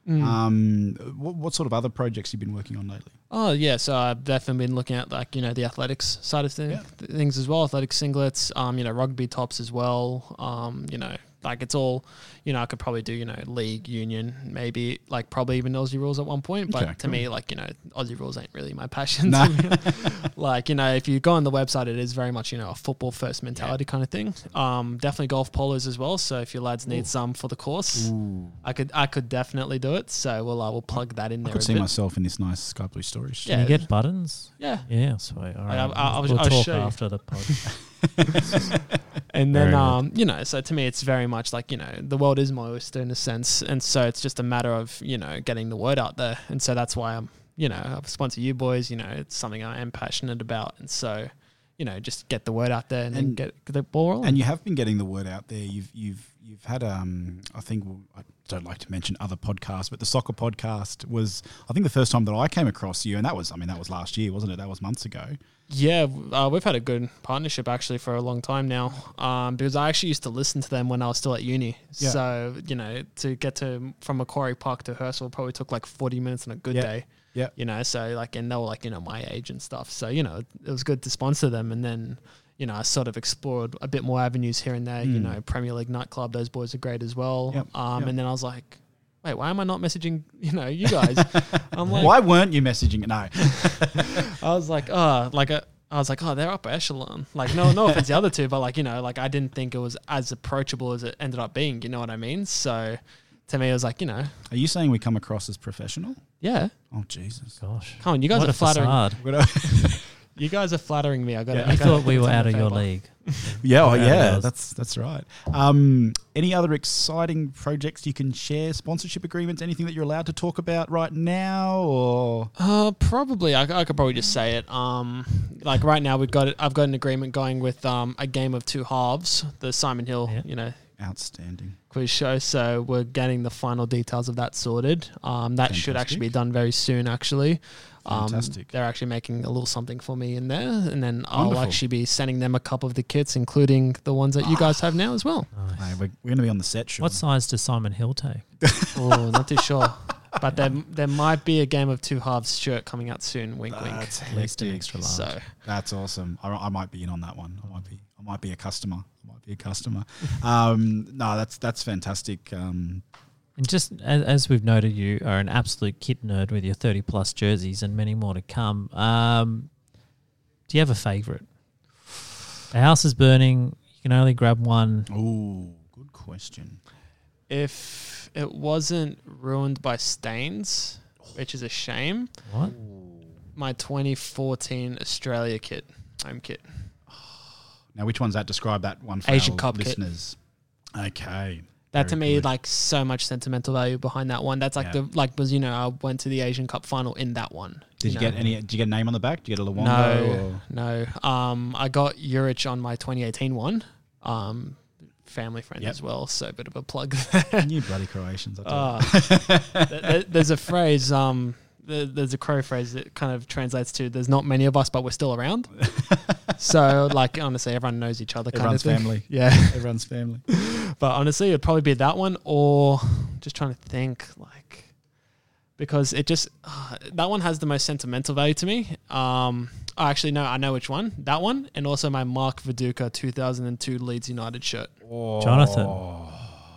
A: Um, what, what sort of other projects you've been working on lately?
B: oh yeah so i've definitely been looking at like you know the athletics side of thing, th- things as well athletic singlets um you know rugby tops as well um you know like it's all you know i could probably do you know league union maybe like probably even aussie rules at one point but
A: Okay,
B: to
A: cool.
B: me like you know aussie rules ain't really my passion to be like you know if you go on the website it is very much you know a football first mentality kind of thing um definitely golf polos as well so if your lads need some for the course i could i could definitely do it so we'll i will plug that in
A: I
B: there
A: could
B: a
A: see
B: bit.
A: myself in this nice sky blue storage.
B: Yeah.
C: Can you get buttons?
B: yeah
C: Yeah, sweet. All right.
B: I'll- I'll-
C: we'll
B: I'll
C: talk
B: show you.
C: after the pod.
B: and then
C: Very good.
B: um you know so to me it's very much like you know the world is my oyster in a sense and so it's just a matter of you know getting the word out there and so that's why i'm you know i sponsor you boys you know it's something i am passionate about and so you know just get the word out there and, then
A: And-
B: get, get the ball rolling
A: And you have been getting the word out there. You've you've you've had um I think well, I don't like to mention other podcasts, but the soccer podcast was I think the first time that I came across you, and that was I mean that was last year, wasn't it? That was months ago.
B: Yeah, uh, we've had a good partnership actually for a long time now. Um, because I actually used to listen to them when I was still at uni.
A: Yeah.
B: So you know, to get to from Macquarie Park to Hurstville probably took like forty minutes on a good
A: Yeah.
B: day.
A: Yeah.
B: You know, so like, and they were like, you know, my age and stuff. So you know, it was good to sponsor them, and then. You know, I sort of explored a bit more avenues here and there.
C: Mm.
B: You know, Premier League nightclub; those boys are great as well.
A: Yep,
B: Um,
A: yep.
B: And then I was like, "Wait, why am I not messaging? You know, you guys?" I'm like,
A: Why weren't you messaging? it? No,
B: I was like, oh, like uh, I was like, oh, they're upper echelon. Like, no, no offense to the other two, but like, you know, like I didn't think it was as approachable as it ended up being. You know what I mean? So, to me, it was like, you know,
A: are you saying we come across as professional?
B: yeah,
A: Oh Jesus!
C: Gosh.
B: come on, you guys
C: What
B: are
C: a
B: flattering.
C: facade.
A: We're not-
B: You guys are flattering me. I got.
A: Yeah,
B: I
C: I
B: gotta
C: thought we were
B: return
C: out
B: the
C: of your
B: favor.
C: league.
A: yeah, oh,
C: Yeah, it
A: yeah,
C: was.
A: that's that's right. Um, any other exciting projects you can share? Sponsorship agreements? Anything that you're allowed to talk about right now? Or
B: Uh, probably. I, I could probably just say it. Um, like right now, we've got it. I've got an agreement going with um a game of two halves, the Simon Hill,
C: Yeah.
B: you know,
A: Outstanding.
B: quiz show. So we're getting the final details of that sorted. Um, that should actually be
A: Fantastic.
B: done very soon, actually. Um,
A: Fantastic.
B: They're actually making a little something for me in there, and then I'll
A: Wonderful. Ah.
B: actually be sending them a couple of the kits, including the ones that you guys have now as well.
A: Hey, we're, we're going to be on the set, Sean.
C: What size does Simon Hill take?
B: oh, not too sure. But there, there might be a game of two halves shirt coming out soon. Wink, wink.
A: That's
C: At least an
A: hectic.
C: extra large.
B: So
A: That's awesome. I, I might be in on that one. I might be. I might be a customer. I might be a customer. Um, no, that's that's fantastic. Um,
C: And just as, as we've noted, you are an absolute kit nerd with your 30 plus jerseys and many more to come. Um, do you have a favorite? The house is burning. You can only grab one.
A: oh, good question.
B: if it wasn't ruined by stains, which is a shame,
C: What?
B: my 2014 Australia kit, home kit.
A: Now, which one's that? Describe that one for
B: Asian
A: our
B: Cup kit.
A: listeners. Okay.
B: That to
A: Very
B: me,
A: good.
B: like so much sentimental value behind that one. That's like
A: Yeah.
B: the like was you know I went to the Asian Cup final in that one.
A: Did you
B: know.
A: get any? Did you get a name on the back? Did you get a Luongo?
B: No,
A: or-
B: no. Um, I got Urich on my 2018 one. Um, family friend
A: Yep.
B: as well, so a bit of a plug there.
A: You bloody Croatians. I tell you.
B: Uh,
C: Ah.
B: th- th- there's a phrase. Um, th- there's a crow phrase that kind of translates to "There's not many of us, but we're still around." so, like, honestly, everyone knows each other. Kind
A: Everyone's
B: of thing.
A: family.
B: Yeah.
A: Everyone's family.
B: But honestly, it'd probably be that one, or just trying to think like because it just uh, that one has the most sentimental value to me. Um, I actually know I know which one that one, and also my Mark Viduka 2002 Leeds United shirt,
C: Jonathan.
B: Oh.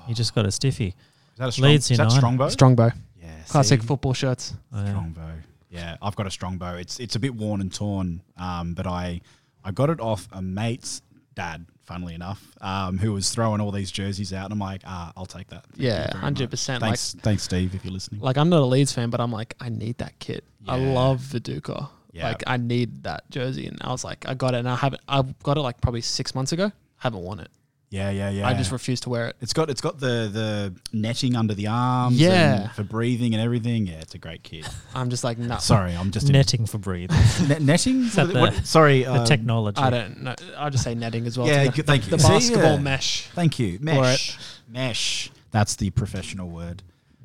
C: You just got a stiffy.
A: Is that a strong,
C: Leeds
A: is that
C: United.
A: Strongbow?
B: Strongbow,
A: Yeah,
B: classic
A: see?
B: football shirts.
A: Strongbow. Yeah, I've got a Strongbow. It's it's a bit worn and torn, um, but I I got it off a mate's dad, funnily enough, um, who was throwing all these jerseys out, and I'm like, ah, I'll take that. Thank you
B: Yeah,
A: very much.
B: 100%,
A: Thanks, thanks, Steve, if you're listening.
B: Like I'm not a Leeds fan, but I'm like I need that kit. I
A: Yeah.
B: love Viduka.
A: Yeah.
B: Like I need that jersey, and I was like I got it, and I haven't. I got it like probably six months ago. Haven't worn it.
A: yeah, yeah, yeah.
B: I just refuse to wear it.
A: it's got it's got the the netting under the arms,
B: Yeah.
A: and for breathing and everything. Yeah, it's a great kid.
B: I'm just like no.
A: Sorry, I'm just
C: Netting for breathing.
A: in, net, netting.
C: that
A: What-
C: the-
A: what- sorry,
C: the
A: um,
C: technology.
B: I don't know. I just say netting as well.
A: Yeah,
B: It's
A: good-
B: the,
A: thank you.
B: The
A: See,
B: basketball
A: yeah.
B: mesh.
A: Thank you, mesh, mesh. That's the professional word.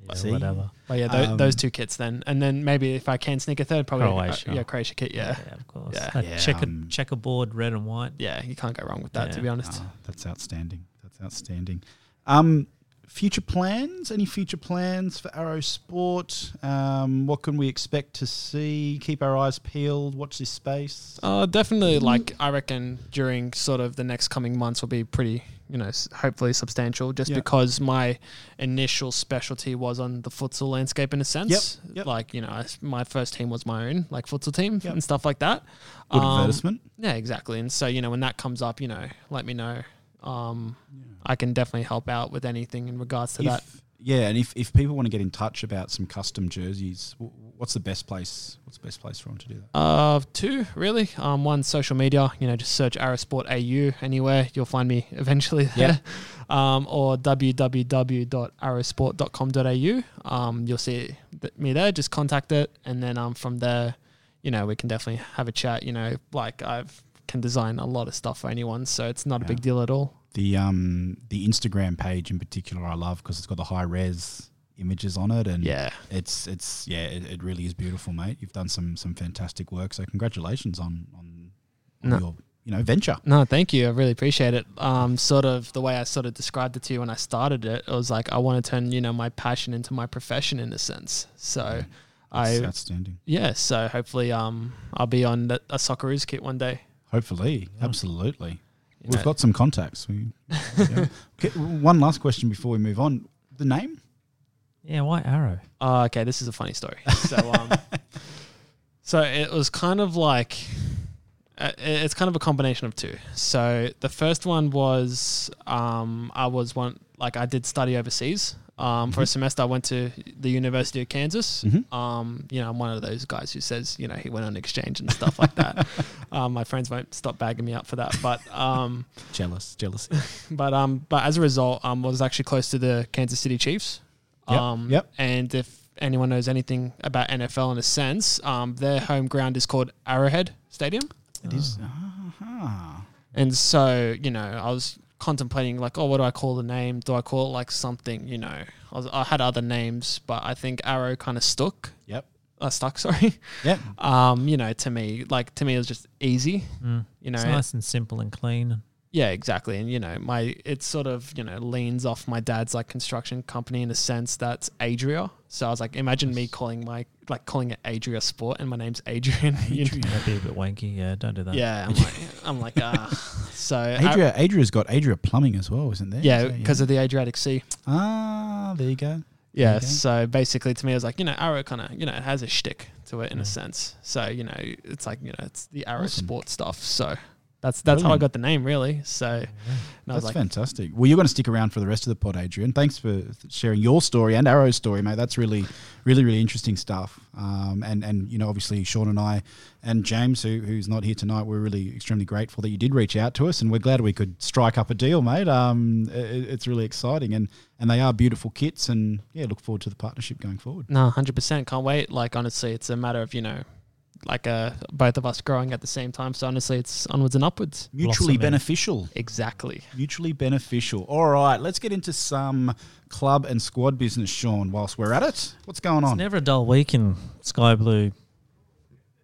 C: Yeah,
A: See?
C: whatever.
B: But yeah, tho-
A: Um,
B: those two kits then, and then maybe if I can sneak a third, probably uh,
C: Croatia.
B: yeah, Croatia kit. Yeah.
C: Yeah, of course.
B: Yeah.
C: That
A: Yeah,
C: checker,
A: um,
C: checkerboard red and white.
B: yeah, you can't go wrong with that.
C: Yeah.
B: To be honest,
A: Ah, that's outstanding. That's outstanding. Um, future plans? Any future plans for Arrow Sport? Um, what can we expect to see? Keep our eyes peeled. Watch this space.
B: uh, definitely.
A: Mm-hmm.
B: Like I reckon during sort of the next coming months will be pretty, you know, s- hopefully substantial. Just
A: Yeah.
B: because my initial specialty was on the futsal landscape in a sense.
A: yep.
B: Like you know, I s my first team was my own, like futsal team
A: Yep.
B: and stuff like that.
A: Good
B: Um,
A: advertisement.
B: Yeah, exactly. And so, you know, when that comes up, you know, let me know. Um, I can definitely help out with anything in regards to that.
A: If- yeah, and if, if people want to get in touch about some custom jerseys, wh- what's the best place? What's the best place for them to do that?
B: Uh, two really. Um, one social media. You know, just search Arasport AU anywhere. You'll find me eventually there. Um, or www.arrowsport.com.au. Um, you'll see th- me there. Just contact it, and then um, from there, you know, we can definitely have a chat. You know, like I've can design a lot of stuff for anyone, so it's not a big deal at all.
A: The um the Instagram page in particular, I love because it's got the high res images on it, and
B: Yeah.
A: it's it's yeah, it, it really is beautiful, mate. You've done some some fantastic work, so congratulations on on, on
B: No.
A: your you know venture.
B: No, thank you. I really appreciate it. Um, sort of the way I sort of described it to you when I started it, it was like I want to turn you know my passion into my profession in a sense. So,
A: It's
B: I
A: outstanding.
B: yeah. So hopefully, um, I'll be on the, a Socceroos kit one day.
A: Hopefully, absolutely. We've
B: know.
A: got some contacts. We, yeah. okay, one last question before we move on. The name?
C: Yeah, white arrow.
B: Uh, okay, this is a funny story. So, um, so it was kind of like uh, it's kind of a combination of two. So the first one was um, I was one like I did study overseas. Um, For a semester, I went to the University of Kansas. Um, you know, I'm one of those guys who says, you know, he went on exchange and stuff like that. um, my friends won't stop bagging me up for that, but um,
A: Jealous, jealousy.
B: but um, but as a result, um, I was actually close to the Kansas City Chiefs.
A: Yep,
B: Um,
A: yep.
B: And if anyone knows anything about NFL in a sense, um, their home ground is called Arrowhead Stadium,
A: It is. Ah,
B: and so you know I was contemplating like, oh, what do I call the name? Do I call it like something? You know, I, was, I had other names, but I think Arrow kind of stuck.
A: Yep.
B: Uh, stuck, sorry.
A: Yep.
B: Um, you know, to me, like to me, it was just easy. You know,
C: It's nice and simple and clean.
B: yeah, exactly. And you know, my it sort of you know leans off my dad's like construction company in a sense that's Adria. So I was like, imagine me calling my like calling it Adria Sport, and my name's Adrian. you know?
C: That'd be a bit wanky. Yeah, don't do that.
B: Yeah, I'm like, I'm like, ah. So
A: Adria, Adria's got Adria Plumbing as well, isn't there?
B: yeah,
A: Is that-
B: because of the Adriatic Sea.
A: ah, there you go.
B: Yeah.
A: Okay.
B: So basically, to me, it was like you know, Arrow kind of you know it has a shtick to it in a sense. So you know, it's like you know, it's the Arrow Sport stuff. So that's that's how I
A: Brilliant.
B: got the name really. So and I
A: That's
B: was like,
A: fantastic. Well, you're going to stick around for the rest of the pod, Adrian. Thanks for sharing your story and Arrow's story, mate. That's really, really, really interesting stuff. Um, and and you know, obviously, Sean and I and James, who who's not here tonight, we're really extremely grateful that you did reach out to us, and we're glad we could strike up a deal, mate. Um, i- i it's really exciting, and and they are beautiful kits, and yeah, look forward to the partnership going forward.
B: No, hundred percent. Can't wait. Like honestly, it's a matter of you know, like uh, both of us growing at the same time. So honestly, it's onwards and upwards.
A: Mutually
C: Blossoming.
A: beneficial.
B: Exactly.
A: Mutually beneficial. All right, let's get into some club and squad business, Sean. Whilst we're at it, what's going on?
C: It's never a dull week in Sky Blue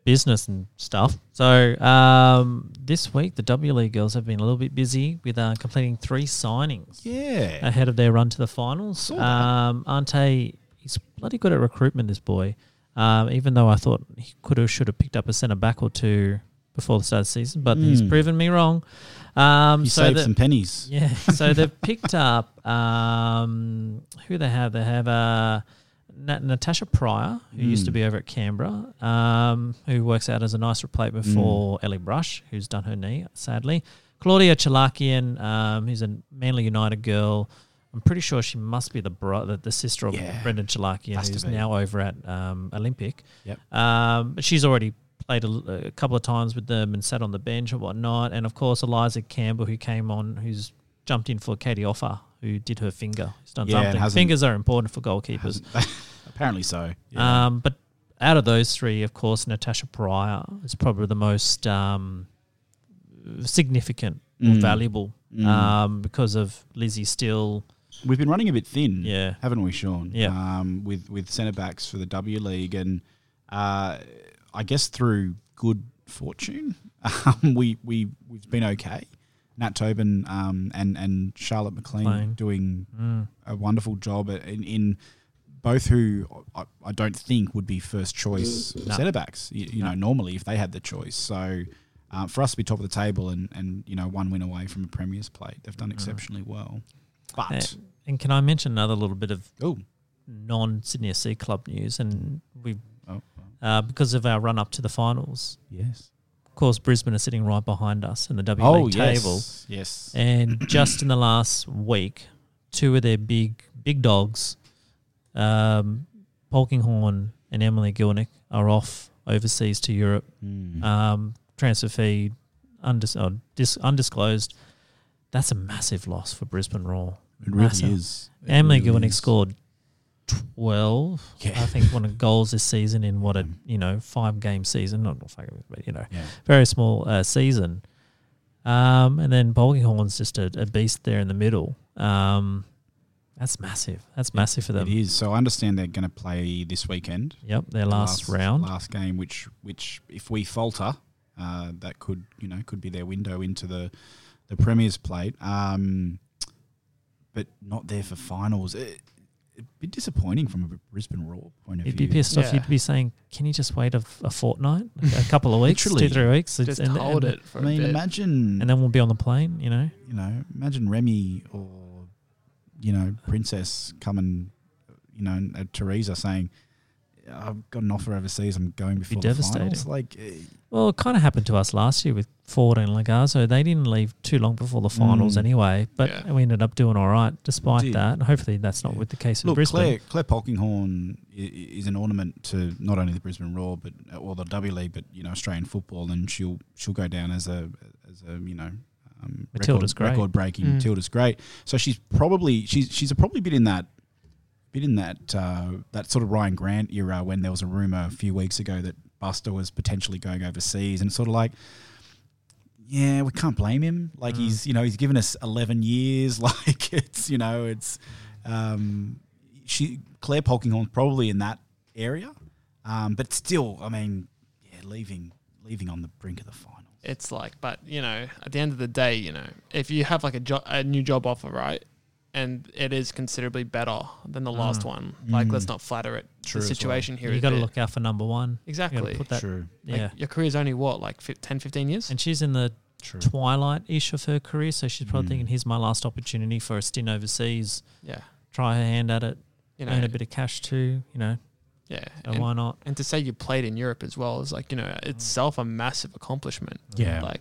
C: business and stuff. So um, this week, the W League girls have been a little bit busy with uh, completing three signings
A: yeah.
C: ahead of their run to the finals.
A: Saw that.
C: Um, Ante, he's bloody good at recruitment, this boy. Um, even though I thought he could have should have picked up a centre back or two before the start of the season, but he's proven me wrong. Um,
A: You
C: so
A: Hmm. saved
C: that-
A: some pennies.
C: yeah, so they've picked up um, who they have. They have uh, Na- Natasha Pryor, who used to be over at Canberra, um, who works out as a nice replacement for Ellie Brush, who's done her knee, sadly. Claudia Chalakian, um, who's a Manly United girl. I'm pretty sure she must be the bro- the, the sister of
A: Yeah.
C: Brendan Chalakian,
A: Has to
C: who's
A: be.
C: now over at um, Olympic.
A: Yep.
C: Um, but she's already played a, l- a couple of times with them and sat on the bench and whatnot. And of course, Eliza Campbell, who came on, who's jumped in for Katie Offer, who did her finger. She's done
A: Yeah, and
C: something.
A: hasn't-
C: Fingers are important for goalkeepers.
A: Apparently so.
C: Um, but out of those three, of course, Natasha Pryor is probably the most um, significant or
A: Mm.
C: valuable um, because of Lizzie Still.
A: We've been running a bit thin,
C: Yeah.
A: haven't we, Sean?
C: Yeah.
A: Um, with with centre backs for the W League, and uh, I guess through good fortune, um, we we we've been okay. Nat Tobin um, and and Charlotte McLean
C: Playing. Mm.
A: doing a wonderful job at- in, in both who I, I don't think would be first choice centre backs. You, you know, normally if they had the choice, so. Uh, for us to be top of the table and, and you know one win away from a premier's plate, they've
C: Mm.
A: done exceptionally well. But
C: And can I mention another little bit of
A: Oh,
C: non Sydney SC club news? And we,
A: oh,
C: uh, because of our run up to the finals,
A: yes.
C: of course, Brisbane are sitting right behind us in the W
A: Oh,
C: League
A: yes.
C: table.
A: Yes.
C: And just in the last week, two of their big big dogs, um, Polkinghorn and Emily Gilnick, are off overseas to Europe.
A: Hmm.
C: Um, transfer fee undis- uh, dis- undisclosed. That's a massive loss for Brisbane Raw.
A: it really
C: Massive.
A: is. It
C: Emily
A: really
C: Gilnick
A: is.
C: scored twelve, I think, one of goals this season in what a you know five game season, not five, games, but you know,
A: Yeah.
C: very small uh, season. Um, and then Bolginghorn's just a, a beast there in the middle. Um, that's massive. That's massive for them.
A: It is. So I understand they're going to play this weekend.
C: Yep, their last, round.
A: last game, which which if we falter, uh, that could you know could be their window into the the Premier's plate. Um, but not there for finals. It, it'd be disappointing from a Brisbane Raw point of
C: You'd
A: view.
C: be pissed off.
B: Yeah.
C: You'd be saying, "Can you just wait a, a fortnight, Like a couple of weeks, two
A: Literally.
C: three weeks, It's-
B: Just hold
C: and,
B: it for
A: I
B: a
A: mean,
B: bit.
A: imagine
C: and then we'll be on the plane." You know,
A: you know, imagine Remy or you know Princess coming, you know, and, uh, Teresa saying, "I've got an offer overseas. I'm going before the finals."
C: devastating.
A: Like, eh,
C: Well, it kind of happened to us last year with Ford and Lagazo. They didn't leave too long before the finals, anyway. But
B: Yeah.
C: we ended up doing all right despite
A: Mm. Did.
C: that. And hopefully, that's not with the case in
A: look,
C: Brisbane.
A: Claire Claire Polkinghorn i- i- is an ornament to not only the Brisbane Roar but uh, or the W League, but you know Australian football, and she'll she'll go down as a as a you know. Um,
C: Matilda's
A: record,
C: great.
A: record breaking. Matilda's great. So she's probably she's she's probably been in that been in that uh, that sort of Ryan Grant era when there was a rumor a few weeks ago that Buster was potentially going overseas, and it's sort of like yeah, we can't blame him.
C: Mm.
A: Like he's, you know, he's given us eleven years. Like it's, you know, it's, um, she Claire Polkinghorne's probably in that area, um, but still, I mean, yeah, leaving leaving on the brink of the final.
B: It's like, but you know, at the end of the day, you know, if you have like a job, a new job offer, right, and it is considerably better than the last one. Like, let's not flatter it.
A: True
B: the
A: as well.
B: situation here is
C: you got to
B: bit-
C: look out for number one. You gotta
B: Exactly.
C: put that-
A: True.
C: Yeah.
B: Like, your career's only what, like fi 10, 15 years?
C: and she's in the
A: True.
C: twilight ish of her career, so she's
B: Hmm.
C: probably thinking, "Here's my last opportunity for a stint overseas.
B: yeah,
C: Try her hand at it,
B: you know,
C: earn a bit of cash too. You know,
B: yeah.
C: so
B: and-
C: why not?"
B: and to say you played in Europe as well is like you know itself a massive accomplishment.
A: Yeah.
B: like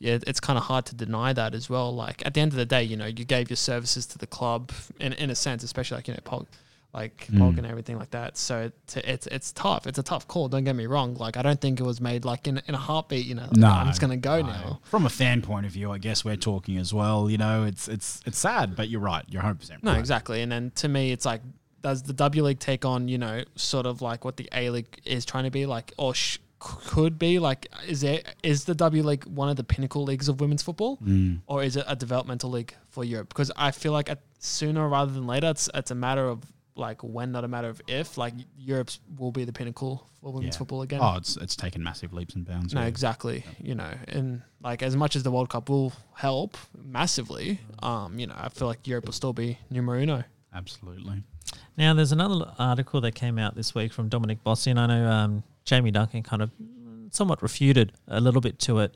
B: yeah, it's kind of hard to deny that as well. Like at the end of the day, you know, you gave your services to the club in in a sense, especially like you know Pog, like
A: Mm.
B: Pog and everything like that. So to, it's it's tough. It's a tough call. Don't get me wrong. Like I don't think it was made like in in a heartbeat. You know, like,
A: No,
B: I'm just gonna go
A: no.
B: now.
A: From a fan point of view, I guess we're talking as well. You know, it's it's it's sad, but you're right. You're 100 percent
B: No,
A: right.
B: exactly. And then to me, it's like, does the W League take on, you know, sort of like what the A League is trying to be like, or sh- could be like, is there is the W League one of the pinnacle leagues of women's football,
A: Hmm.
B: or is it a developmental league for Europe? Because I feel like at, sooner rather than later, it's it's a matter of like when, not a matter of if. Like Europe's will be the pinnacle for women's
A: Yeah.
B: football again.
A: Oh, it's it's taken massive leaps and bounds.
B: No,
A: yeah.
B: exactly. You know, and like as much as the World Cup will help massively,
A: Mm.
B: um, you know, I feel like Europe will still be numero uno.
A: Absolutely.
C: Now, there's another article that came out this week from Dominic Bossi, and I know um, Jamie Duncan kind of somewhat refuted a little bit to it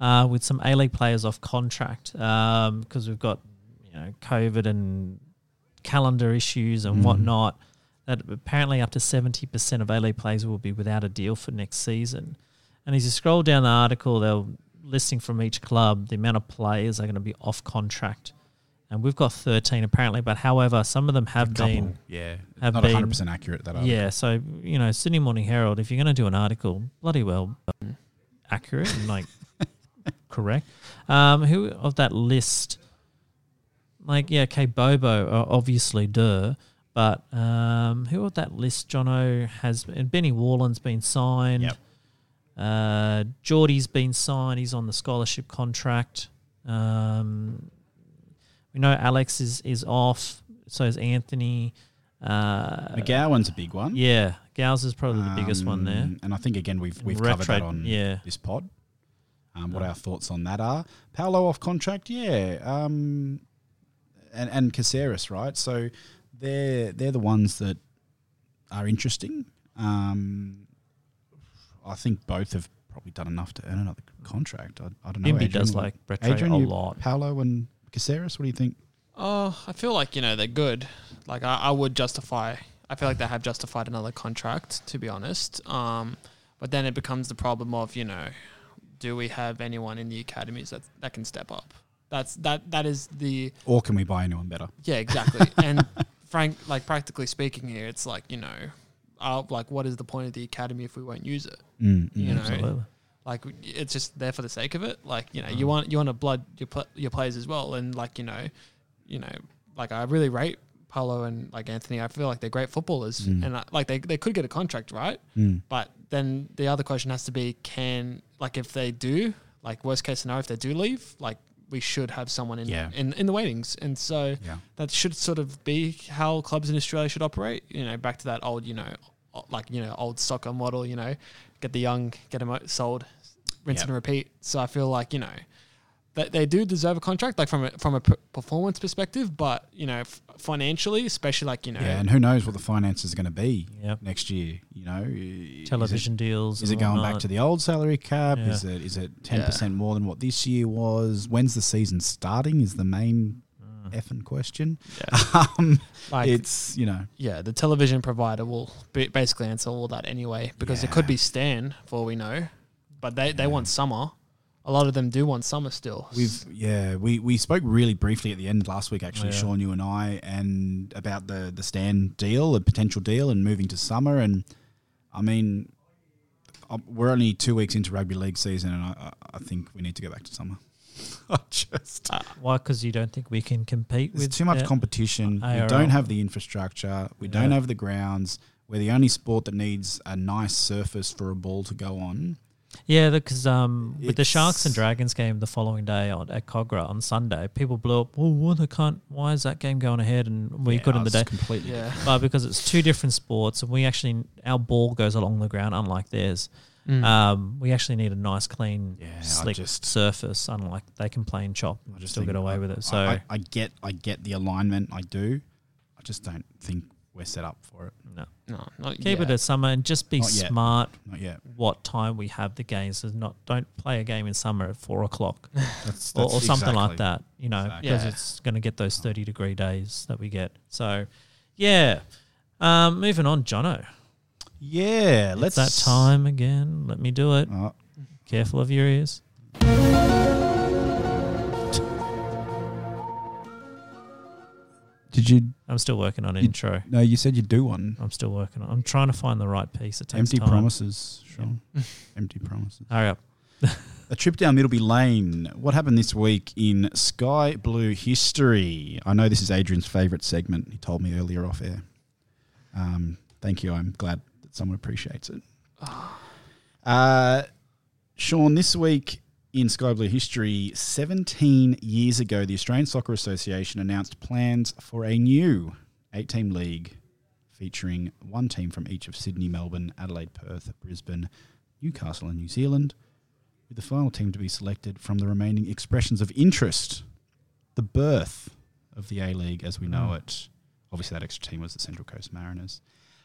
C: uh, with some A League players off contract because we've got you know COVID and calendar issues and whatnot. That apparently up to 70% of A League players will be without a deal for next season. And as you scroll down the article, they're listing from each club the amount of players are going to be off contract. And we've got 13 apparently, but however, some of them have been.
A: Couple, yeah.
C: have
A: Not
C: been-
A: 100 percent accurate that. Article.
C: Yeah, so you know, Sydney Morning Herald. If you're going to do an article, bloody well um, accurate and like correct. Um, who of that list? Like, yeah, okay, Bobo, o- obviously, duh. But um, who of that list? Jono has and Benny Warland's been signed.
A: Yep.
C: Uh, Geordie's been signed. He's on the scholarship contract. Um, we know Alex is is off. So is Anthony. Uh,
A: McGowan's a big one.
C: yeah, Gals is probably the biggest one there.
A: Um, And I think again we've we've covered
C: Retro-
A: that on
C: yeah.
A: this pod. Um, what our thoughts on that are. Paolo off contract, yeah. Um, and and Caceres, right? So they're they're the ones that are interesting. Um, I think both have probably done enough to earn another contract. I, I don't know.
C: Bimby does
A: what-
C: like retro
A: Adrian,
C: a
A: you-
C: lot.
A: Paolo and Caceres, what do you think?
B: Oh, I feel like you know they're good. Like I, I would justify. I feel like they have justified another contract, to be honest. Um, but then it becomes the problem of you know, do we have anyone in the academies that that can step up? That's that that is the
A: Or can we buy anyone better?
B: yeah exactly. and Frank, like practically speaking here, it's like you know, uh, like what is the point of the academy if we won't use it?
A: Mm,
B: You know,
C: Absolutely.
B: like it's just there for the sake of it. Like you know, you want you want to blood your pl- your players as well, and like you know, you know, like I really rate Paolo and like Anthony. I feel like they're great footballers, and I, like they they could get a contract, right? But then the other question has to be, can like if they do, like worst case scenario, if they do leave, like we should have someone in
A: Yeah.
B: in, in the waitings, and so
A: Yeah.
B: that should sort of be how clubs in Australia should operate. You know, back to that old, you know, o- like you know, old soccer model. You know, get the young, get them out- sold, rinse
A: Yep.
B: and repeat. So I feel like you know that they do deserve a contract, like from a, from a p- performance perspective, but you know, f- financially, especially like you know,
A: Yeah, and who knows what the finances are going to be
C: Yep.
A: next year? You know, Is it-
C: Television deals.
A: Is it
C: and
A: going back
C: whatnot.
A: to the old salary cap?
C: Yeah.
A: Is it is it ten percent more than what this year was? When's the season starting? Is the main
C: Mm.
A: effing question. Um,
B: like
A: it's you know
B: yeah, the television provider will ba- basically answer all that anyway because it could be Stan for all we know, but they they want summer. A lot of them do want summer still.
A: we've yeah we we spoke really briefly at the end last week actually Sean you and I and about the the Stan deal a potential deal and moving to summer and I mean um, we're only two weeks into rugby league season and I I- I think we need to go back to summer. I just
C: Why? Because you don't think we can compete
A: There's
C: with
A: too much
C: that?
A: competition. We
C: ARL.
A: don't have the infrastructure. We don't have the grounds. We're the only sport that needs a nice surface for a ball to go on.
C: Yeah, because um, with the Sharks and
A: It's-
C: Dragons game the following day on, at Cogra on Sunday, people blew up. Oh, what? I can't. Why is that game going ahead? And we couldn't the
A: Ours
C: day.
A: completely.
B: Yeah.
C: but because it's two different sports, and we actually our ball goes along the ground, unlike theirs. Um, we actually need a nice, clean,
A: Yeah, I
C: slick
A: just-
C: surface. Unlike they can play and chop,
A: I
C: just
A: just
C: still
A: think-
C: get away
A: I-
C: with
A: I-
C: it. So
A: I, I get I get the alignment. I do. I just don't think we're set up for it.
C: no.
B: No, not
C: keep it
B: yet.
C: as summer and just be
A: Not yet.
C: smart.
A: Not yet.
C: What time we have the games? So not don't play a game in summer at four o'clock.
A: That's,
C: or, or
A: that's
C: something like
A: exactly-
C: that, you know, because
A: Exactly. Oh.
B: Yeah.
C: it's going to get those 30 degree days that we get. So, yeah. Um, moving on, Jono.
A: Yeah.
C: It's
A: Let's
C: that time again. Let me do it.
A: Oh,
C: Careful of your ears.
A: did you?
C: I'm still working on an
A: You-
C: intro.
A: No, you said you'd do one.
C: I'm still working on I'm trying to find the right piece. It takes
A: Empty
C: time.
A: promises, Sean. Empty promises.
C: Hurry up.
A: A trip down Middleby Lane. What happened this week in Sky Blue history? I know this is Adrian's favourite segment. He told me earlier off air. Um, thank you. I'm glad that someone appreciates it. Uh, Sean, this week in Sky Blue history, 17 years ago, the Australian Soccer Association announced plans for a new eight team league featuring one team from each of Sydney, Melbourne, Adelaide, Perth, Brisbane, Newcastle, and New Zealand with the final team to be selected from the remaining expressions of interest. The birth of the A League as we know it. Obviously, that extra team was the Central Coast Mariners.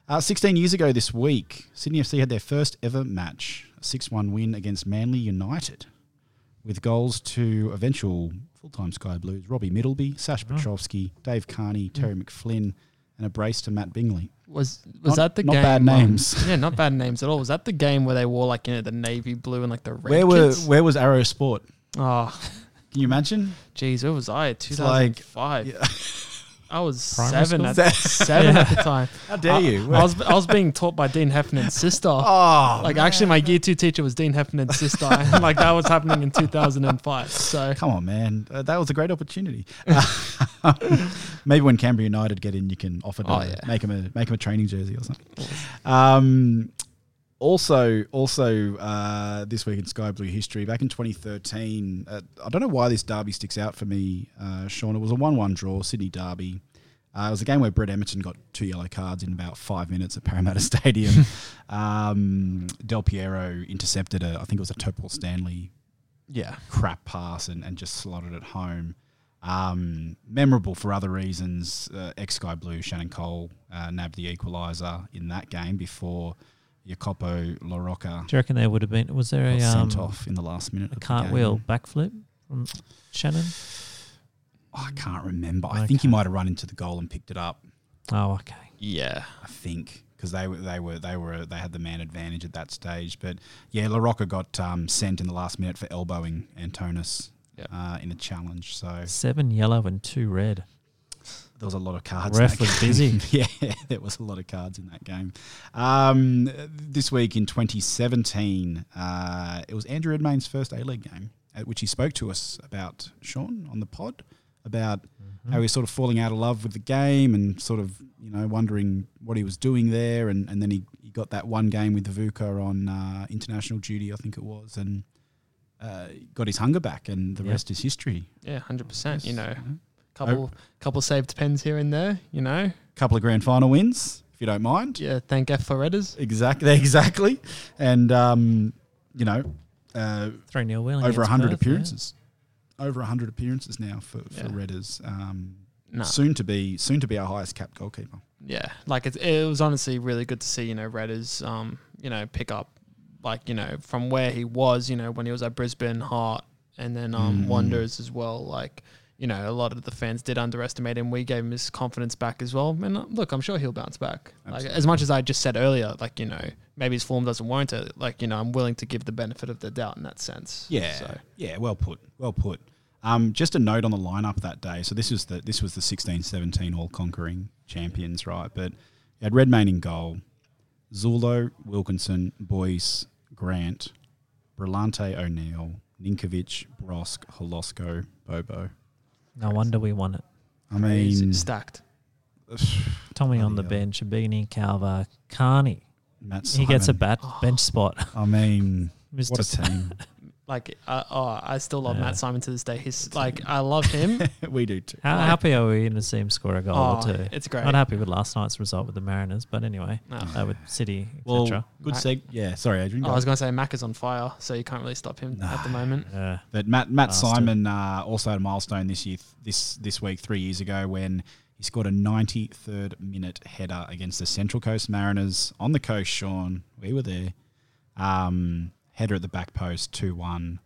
A: Uh, 16 years ago this week, Sydney FC had their first ever match, a 6 1 win against Manly United, with goals to eventual full time Sky Blues Robbie Middleby, Sash Petrovsky, Dave Carney, Terry McFlynn, and a brace to Matt Bingley.
B: Was was
A: Not-
B: that the
A: not
B: game?
A: bad
B: um,
A: names.
B: yeah, not bad names at all. Was that the game where they wore like you know the navy blue and like the red?
A: Where, were,
B: kits?
A: where was Arrow Sport?
B: oh,
A: Can you imagine?
B: jeez, where was I? Two
A: like-
B: thousand five. I was
C: Primary
B: seven
C: school?
B: at seven at the time.
A: How dare
B: I,
A: you?
B: I was I was being taught by Dean Heffernan's sister.
A: Oh,
B: like actually, my year two teacher was Dean Heffernan's sister. and, like that was happening in two thousand and five. So
A: Come on, man. Uh, that was a great opportunity. Uh, Maybe when Canberra United get in, you can offer to
B: Oh, yeah.
A: make them a make 'em a training jersey or something. Um, also, also uh, this week in Sky Blue history, back in 2013, uh, I don't know why this derby sticks out for me, uh, Sean. It was a one-one draw, Sydney derby. Uh, it was a game where Brett Emerton got two yellow cards in about five minutes at Parramatta Stadium. um, Del Piero intercepted a, I think it was a Topol Stanley
B: yeah,
A: crap pass and, and just slotted it home. Um, memorable for other reasons. Uh, Ex Sky Blue, Shannon Cole uh, nabbed the equaliser in that game before Jacopo LaRocca
C: Do you reckon there would have been, was there
A: got
C: a,
A: sent
C: um,
A: off in the last minute.
C: a
A: of the
C: cartwheel
A: game.
C: backflip from Shannon?
A: Oh, I can't remember. I
C: I
A: think he
C: can't-
A: might have run into the goal and picked it up.
C: Oh, okay.
B: yeah.
A: I think because they were they were they were they had the man advantage at that stage. But yeah, LaRocca got um, sent in the last minute for elbowing Antonis
B: Yep.
A: uh, in a challenge. So
C: Seven yellow and two red.
A: there was a lot of cards. in that
C: Ref was busy.
A: game. yeah, there was a lot of cards in that game. Um, this week in 2017, uh, it was Andrew Redmayne's first A League game, at which he spoke to us about Sean on the pod about
C: Mm-hmm.
A: how he was sort of falling out of love with the game and sort of you know wondering what he was doing there, and, and then he, he got that one game with the Vuka on uh, international duty, I think it was, and. Uh, got his hunger back, and the
C: Yeah.
A: rest is history.
B: Yeah, hundred percent. You know,
A: Mhm.
B: couple couple saved pens here and there. You know,
A: Couple of grand final wins, if you don't mind.
B: yeah. Thank F Florettas.
A: Exactly, exactly, and um, you know, uh,
C: Three nil wheeling.
A: over
C: against
A: hundred
C: Perth, yeah.
A: appearances, over hundred appearances now for for
B: Yeah.
A: Redders. Um,
B: No,
A: Soon to be, soon to be our highest capped goalkeeper.
B: yeah. Like it, it was honestly really good to see you know Redders um you know pick up like you know from where he was you know when he was at Brisbane Heart and then
A: Mm.
B: um Wanderers as well like. You know, a lot of the fans did underestimate him. We gave him his confidence back as well. And uh, look, I'm sure he'll bounce back. Like as much as I just said earlier, like you know, maybe his form doesn't warrant it. Like you know, I'm willing to give the benefit of the doubt in that sense.
A: Yeah,
B: So.
A: yeah, well put, well put. Um, just a note on the lineup that day. So this was the this was the 16-17 all conquering champions, right? But you had Redmayne in goal, Zulo, Wilkinson, Boyce, Grant, Brillante, O'Neill, Ninkovic, Brosk, Holosko, Bobo.
C: No wonder we won it.
A: I
B: He's
A: mean,
B: stacked.
C: Tommy on the
A: Bloody hell.
C: bench, Abini, Calva, Carney.
A: Matt
C: He gets a
A: Simon.
B: Oh.
C: bat bench spot.
A: I mean,
C: Mr.
A: What a team.
B: Like, uh, oh, I still love Matt Simon to this day. He's like, I love him.
A: we do too.
C: How happy are we in a team score a goal
B: Oh,
C: or two?
B: it's great.
C: Not happy with last night's result with the Mariners, but anyway, uh, with City,
A: Well,
C: etc.
A: good seg. Yeah, sorry, Adrian. go
C: Oh,
B: I was
A: on.
B: going to say Mac is on fire, so you can't really stop him at the moment.
C: yeah.
A: But Matt Matt
C: Bastard.
A: Simon uh, also had a milestone this year, this this week, three years ago, when he scored a 93rd minute header against the Central Coast Mariners on the coast. Sean, we were there. Um, header at the back post, two one.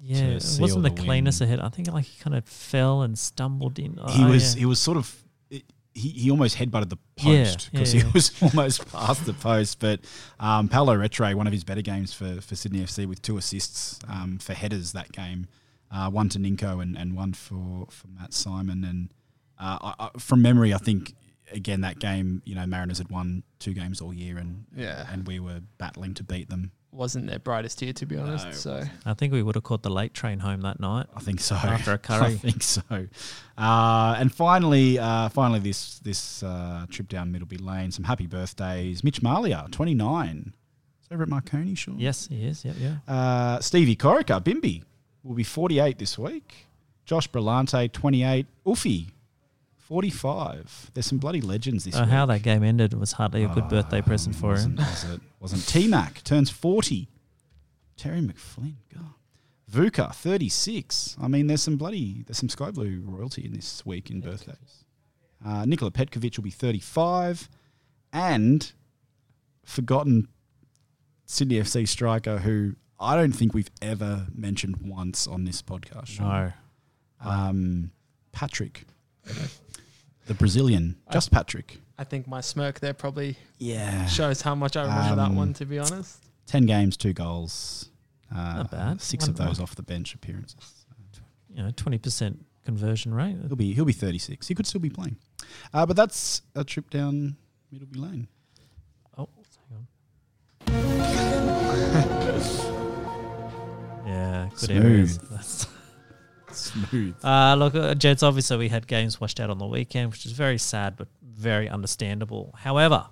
C: Yeah, it
A: seal
C: wasn't the,
A: the
C: cleanest ahead. I think like he kind of fell and stumbled in.
A: he
C: Oh,
A: was
C: yeah.
A: he was sort of he, he almost headbutted the
C: Yeah,
A: post because
C: yeah,
A: he
C: yeah.
A: was almost past the post. But um, Paolo Retre, one of his better games for, for Sydney FC with two assists um, for headers that game, uh, one to Ninko and, and one for, for Matt Simon. And uh, I, I, from memory, I think again that game, you know, Mariners had won two games all year, and
B: Yeah.
A: and we were battling to beat them.
B: Wasn't their brightest year, to be honest.
A: it
B: so
C: I think we would have caught the late train home that night.
A: I think so.
C: After a
A: I
C: curry.
A: think so. Uh, and finally, uh, finally, this this uh, trip down Middleby Lane. Some happy birthdays. Mitch Malia, twenty nine. It's over at Marconi, sure.
C: Yes, he is. Yep, yeah.
A: Uh, Stevie Corica, Bimby, will be forty eight this week. Josh Brillante, twenty eight. Uffy, forty five. There's some bloody legends this
C: So
A: week.
C: Uh, Oh, how that game ended was hardly a good birthday present for
A: Uh, wasn't,
C: him.
A: Was it? Wasn't T Mac turns forty? Terry McFlynn, God. Vuka thirty six. I mean, there's some bloody there's some Sky Blue royalty in this week in birthdays. Uh, Nikola Petkovic will be thirty five, and forgotten Sydney FC striker who I don't think we've ever mentioned once on this podcast. Sean.
C: No.
A: Um, Patrick, the Brazilian, just Patrick.
B: I think my smirk there probably
A: Yeah,
B: shows how much I remember that
A: Um,
B: one, to be honest.
A: 10 games, two goals. Uh,
C: Not bad.
A: Six of
C: One-
A: those off the bench appearances.
C: You know, twenty percent conversion rate.
A: He'll be he'll be 36. He could still be playing. Uh, but that's a trip down Middleby Lane.
C: Oh, hang on. yeah, good areas.
A: Smooth.
C: That's-
A: Smooth.
C: Uh, look, uh, Jets, obviously, we had games washed out on the weekend, which is very sad but very understandable. However,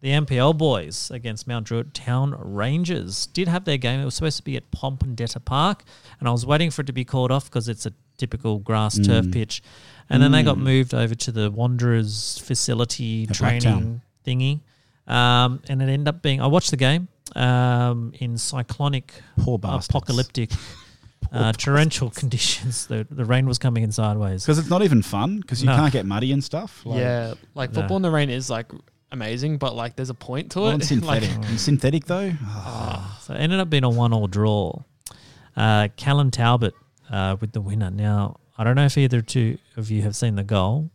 C: the MPL boys against Mount Druitt Town Rangers did have their game. It was supposed to be at Pompondetta Park, and I was waiting for it to be called off because it's a typical grass
A: Mm.
C: turf pitch. And then they got moved over to the Wanderers facility
A: At Blacktown.
C: training thingy. Um, and it ended up being, I watched the game um, in cyclonic,
A: Poor bastards.
C: apocalyptic uh, torrential conditions. The, the rain was coming in sideways.
A: Because it's not even fun because you
C: No.
A: can't get muddy and stuff. Like,
B: yeah, like
C: No.
B: football in the rain is like amazing, but like there's a point to
A: well,
B: it.
A: and synthetic.
B: like,
A: And synthetic, though, oh,
C: So it ended up being a one-all draw. Uh, Callum Talbot uh, with the winner. Now I don't know if either two of you have seen the goal,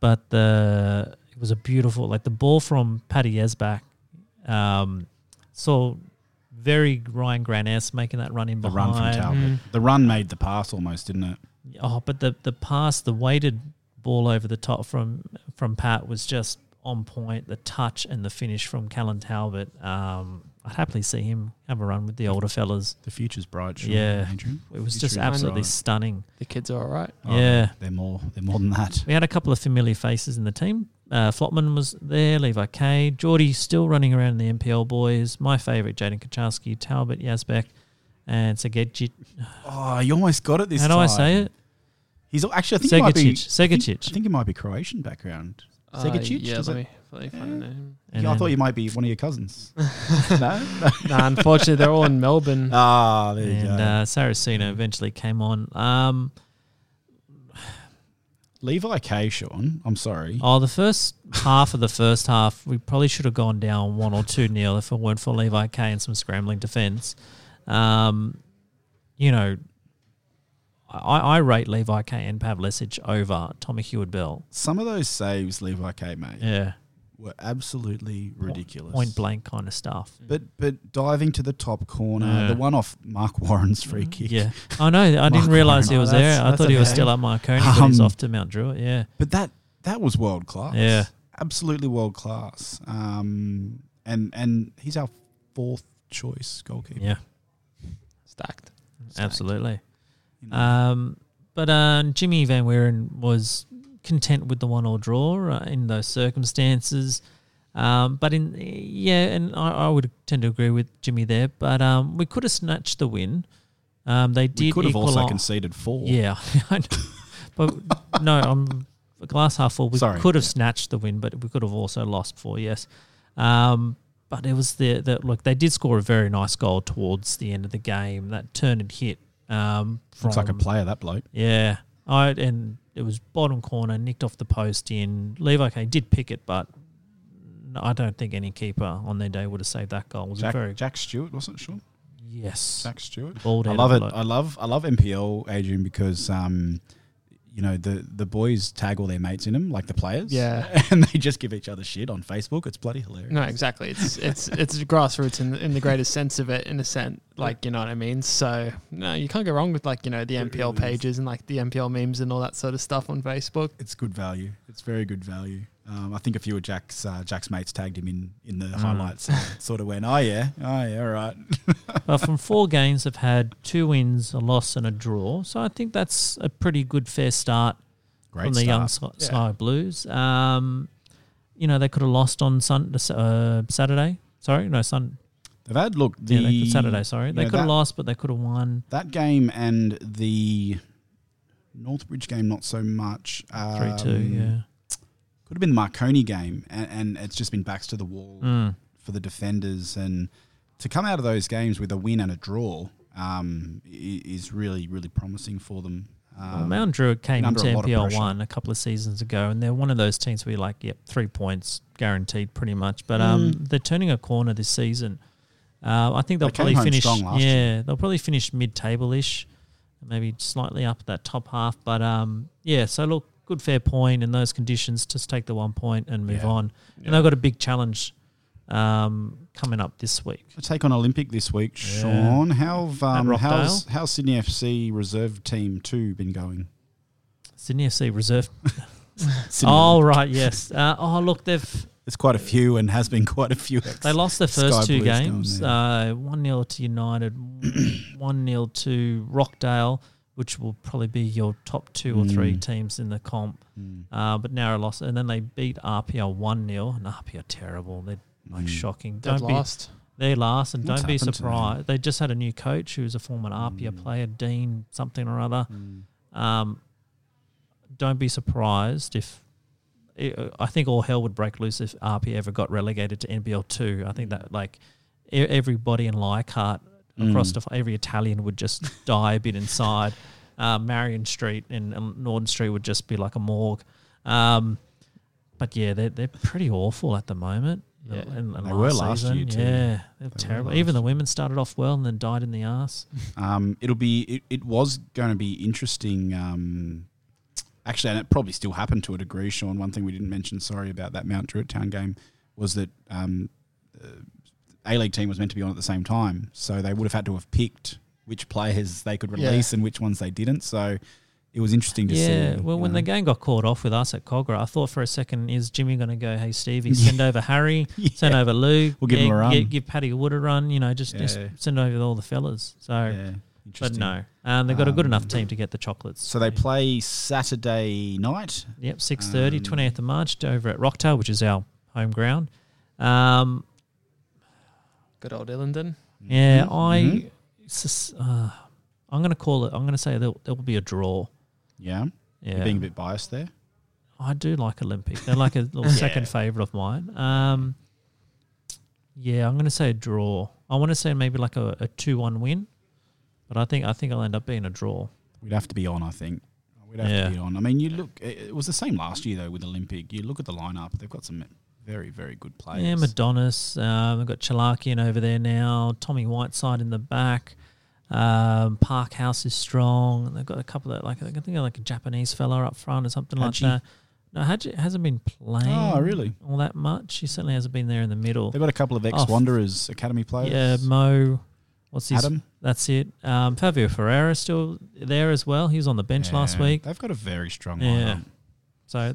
C: but the it was a beautiful like the ball from Paddy Esback. Um, saw very Ryan Granes making that run in
A: the
C: behind. Mm.
A: run from Talbot. The run made the pass almost, didn't it?
C: Oh, but the the pass, the weighted ball over the top from from Pat was just on point. The touch and the finish from Callan Talbot. Um, I'd happily see him have a run with the older fellas.
A: The future's bright. Sean,
C: Yeah,
A: Adrian.
C: it was
A: Future
C: just
A: is
C: absolutely
A: bright.
C: stunning.
B: the kids are all right.
A: Oh,
C: yeah.
A: They're more, they're more than that.
C: We had a couple of familiar faces in the team. Uh, Flopman was there, Levi Kay, Geordie still running around in the MPL boys. My favourite, Jaden Kaczarski, Talbot, Yazbek, and Segedjic.
A: Oh, you almost got it this
C: How do
A: time.
C: I say it?
A: He's actually, I think, he might be,
C: Segecic.
A: I think-
C: Segecic.
A: I think it might be Croatian background.
B: Uh,
A: Segecic,
B: yeah,
A: is
B: let
A: it?
B: me, let me find a name.
C: And
A: yeah, I
C: then-
A: thought you might be one of your cousins. no?
B: nah, unfortunately, they're all in Melbourne.
A: Ah, there you
C: and
A: go.
C: uh, Saraceno eventually came on. Um,
A: Levi K, Sean. I'm sorry.
C: Oh, the first half of the first half, we probably should have gone down one or two nil if it weren't for Levi K and some scrambling defense. Um, you know, I, I rate Levi K and Pavlicic over Tommy Heward Bell.
A: Some of those saves Levi K made
C: Yeah,
A: were absolutely ridiculous.
C: point blank kind of stuff.
A: But but diving to the top corner,
C: Yeah. Mm-hmm.
A: the one off Mark Warren's free kick.
C: Yeah, I know. I didn't realize he
A: Warren.
C: was
B: Oh, that's-
C: there. I
B: that's
C: thought he was
B: okay.
C: still at Marconi, but he's
A: Um,
C: off to Mount Druitt. Yeah,
A: But that that was world class.
C: Yeah.
A: Absolutely world class. Um and and he's our fourth choice goalkeeper.
C: yeah,
B: Stacked.
C: absolutely.
A: You know.
C: Um, but um, Jimmy Van Weeren was content with the one all draw uh, in those uh, circumstances. Um, but in yeah, and I, I would tend to agree with Jimmy there. But um, we could have snatched the win. Um, they did
A: We could have also
C: equali-
A: conceded four.
C: Yeah, I know. but no, I'm glass half full. We
A: Sorry.
C: could have snatched the win, but we could have also lost four. Yes, um, but it was the, the look. They did score a very nice goal towards the end of the game. That turn and hit. Um, from,
A: Looks like a player, that bloke.
C: Yeah, I and it was bottom corner, nicked off the post in. Levi Kane did pick it, but. no, I don't think any keeper on their day would have saved that goal. It was a
A: Jack,
C: very
A: Jack Stewart, wasn't it, Sean?
C: yes.
A: Jack Stewart.
C: Bald
A: I
C: head
A: love
C: on
A: it.
C: bloke.
A: I love I love MPL Adrian because um, you know the the boys tag all their mates in them, like the players.
B: Yeah.
A: and they just give each other shit on Facebook. It's bloody hilarious.
B: No, exactly. It's it's it's grassroots in in the greatest sense of it, in a sense, like you know what I mean. So no, you can't go wrong with like you know the MPL pages and like the MPL memes and all that sort of stuff on Facebook.
A: It's good value. It's very good value. Um, I think a few of Jack's uh, Jack's mates tagged him in in
C: Mm.
A: the highlights. and sort of went, oh yeah, oh yeah, all right.
C: but from four games, they've had two wins, a loss, and a draw. So I think that's a pretty good, fair start
A: Great
C: from the young Sky, Sky Blues. Um, you know, they could have lost on sun, uh, Saturday. Sorry, no, Sun.
A: They've had look the
C: yeah, they could, Saturday. Sorry,
A: you
C: they
A: know,
C: could have
A: that-
C: lost, but they could have won.
A: that game and the Northbridge game, not so much.
C: Three
A: Um,
C: two, yeah.
A: could have been the Marconi game, and, and it's just been backs to the wall
C: Hmm.
A: for the defenders. And to come out of those games with a win and a draw um, i- is really, really promising for them.
C: Well,
A: Um,
C: Mount Druitt came
A: under
C: into
A: a lot of
C: NPL
A: pressure.
C: one a couple of seasons ago, and they're one of those teams where you're like, yep, three points guaranteed, pretty much. But um, they're turning a corner this season. Uh, I think they'll
A: Mm. They came
C: probably
A: home
C: finish.
A: strong last
C: yeah,
A: year.
C: they'll probably finish mid-table ish, maybe slightly up that top half. But um, yeah, so look, good fair point in those conditions. Just take the one point and move
A: Yeah.
C: on. And they've got a big challenge um, coming up this week.
A: to take on Olympic this week, Sean. How have, um,
C: Rockdale.
A: how's how's Sydney FC reserve team two been going?
C: Sydney FC reserve.
A: Sydney.
C: oh right, yes. Uh, oh look, they've
A: there's quite a few, and has been quite a few. ex-
C: They lost their
A: Sky
C: first two
A: Blues down
C: games. uh,
A: there.
C: One 0 to United, one 0 to Rockdale, which will probably be your top two or
A: Mm.
C: three teams in the comp. Uh, but narrow loss, and then they beat RPL one 0 and RPL are terrible. They're like shocking.
B: They've
C: Don't be-
B: lost.
C: They're last, and
A: Mm. What's
C: don't be
A: happened to them? Mm.
C: surprised. They just had a new coach who's a former RPL player, Dean something or other. Um, don't be surprised if I uh, I think all hell would break loose if RP ever got relegated to NBL two. I think that like e- everybody in Leichhardt across
A: Mm.
C: the, every Italian would just die a bit inside. Uh, Marion Street and and Norton Street would just be like a morgue. Um, but yeah, they're they're pretty awful at the moment. Yeah, and, and
A: They were last
C: season,
A: year too.
C: Yeah, they're terrible.
A: last
C: Even the women started off well and then died in the ass.
A: Um, it'll be it, it was going to be interesting. Um, actually, and it probably still happened to a degree, Sean. One thing we didn't mention, sorry about that Mount Druitt Town game, was that um, A League team was meant to be on at the same time, so they would have had to have picked which players they could
B: Yeah.
A: release and which ones they didn't. So it was interesting to see. Um,
C: Yeah, well,
A: you
C: when
A: know.
C: the game got called off with us at Cogra, I thought for a second, is Jimmy going to go, hey, Stevie, send over Harry, send over Luke,
A: We'll give him a run."
C: Give, give Paddy Wood a run, you know, just, just
A: Yeah.
C: send over all the fellas. So,
A: yeah,
C: but
A: interesting.
C: no, um, they've got a good enough team to get the chocolates.
A: So um, they play Saturday night.
C: Yep, 6.30, 28th of March over at Rocktail, which is our home ground. Um,
B: Good old Illingdon.
C: Yeah,
A: Mm-hmm.
C: I. sus- uh, I'm going to call it. I'm going to say there, there will be a draw.
A: Yeah.
C: Yeah,
A: You're being a bit biased there.
C: I do like Olympic. They're like a little second favorite of mine. Um, yeah, I'm going to say a draw. I want to say maybe like a, a two-one win, but I think I think I'll end up being a draw.
A: We'd have to be on, I think. We'd have
C: Yeah.
A: to be on. I mean, you look. It it was the same last year though with Olympic. You look at the lineup; they've got some very, very good players.
C: Yeah, Madonis. Um, I've got Chalakian over there now. Tommy Whiteside in the back. Um, Parkhouse is strong. They've got a couple of like I think they're like a Japanese fella up front or something
A: Haji.
C: like that. No, Haji hasn't been playing.
A: Oh, really?
C: All that much. He certainly hasn't been there in the middle.
A: they've got a couple of ex-Wanderers academy players.
C: Oh, Yeah, Mo. What's his?
A: Adam?
C: That's it. Um, Fabio Ferreira is still there as well. He was on the bench
A: Yeah,
C: last
A: Mm-hmm.
C: week.
A: They've got a very strong
C: Yeah.
A: lineup.
C: So,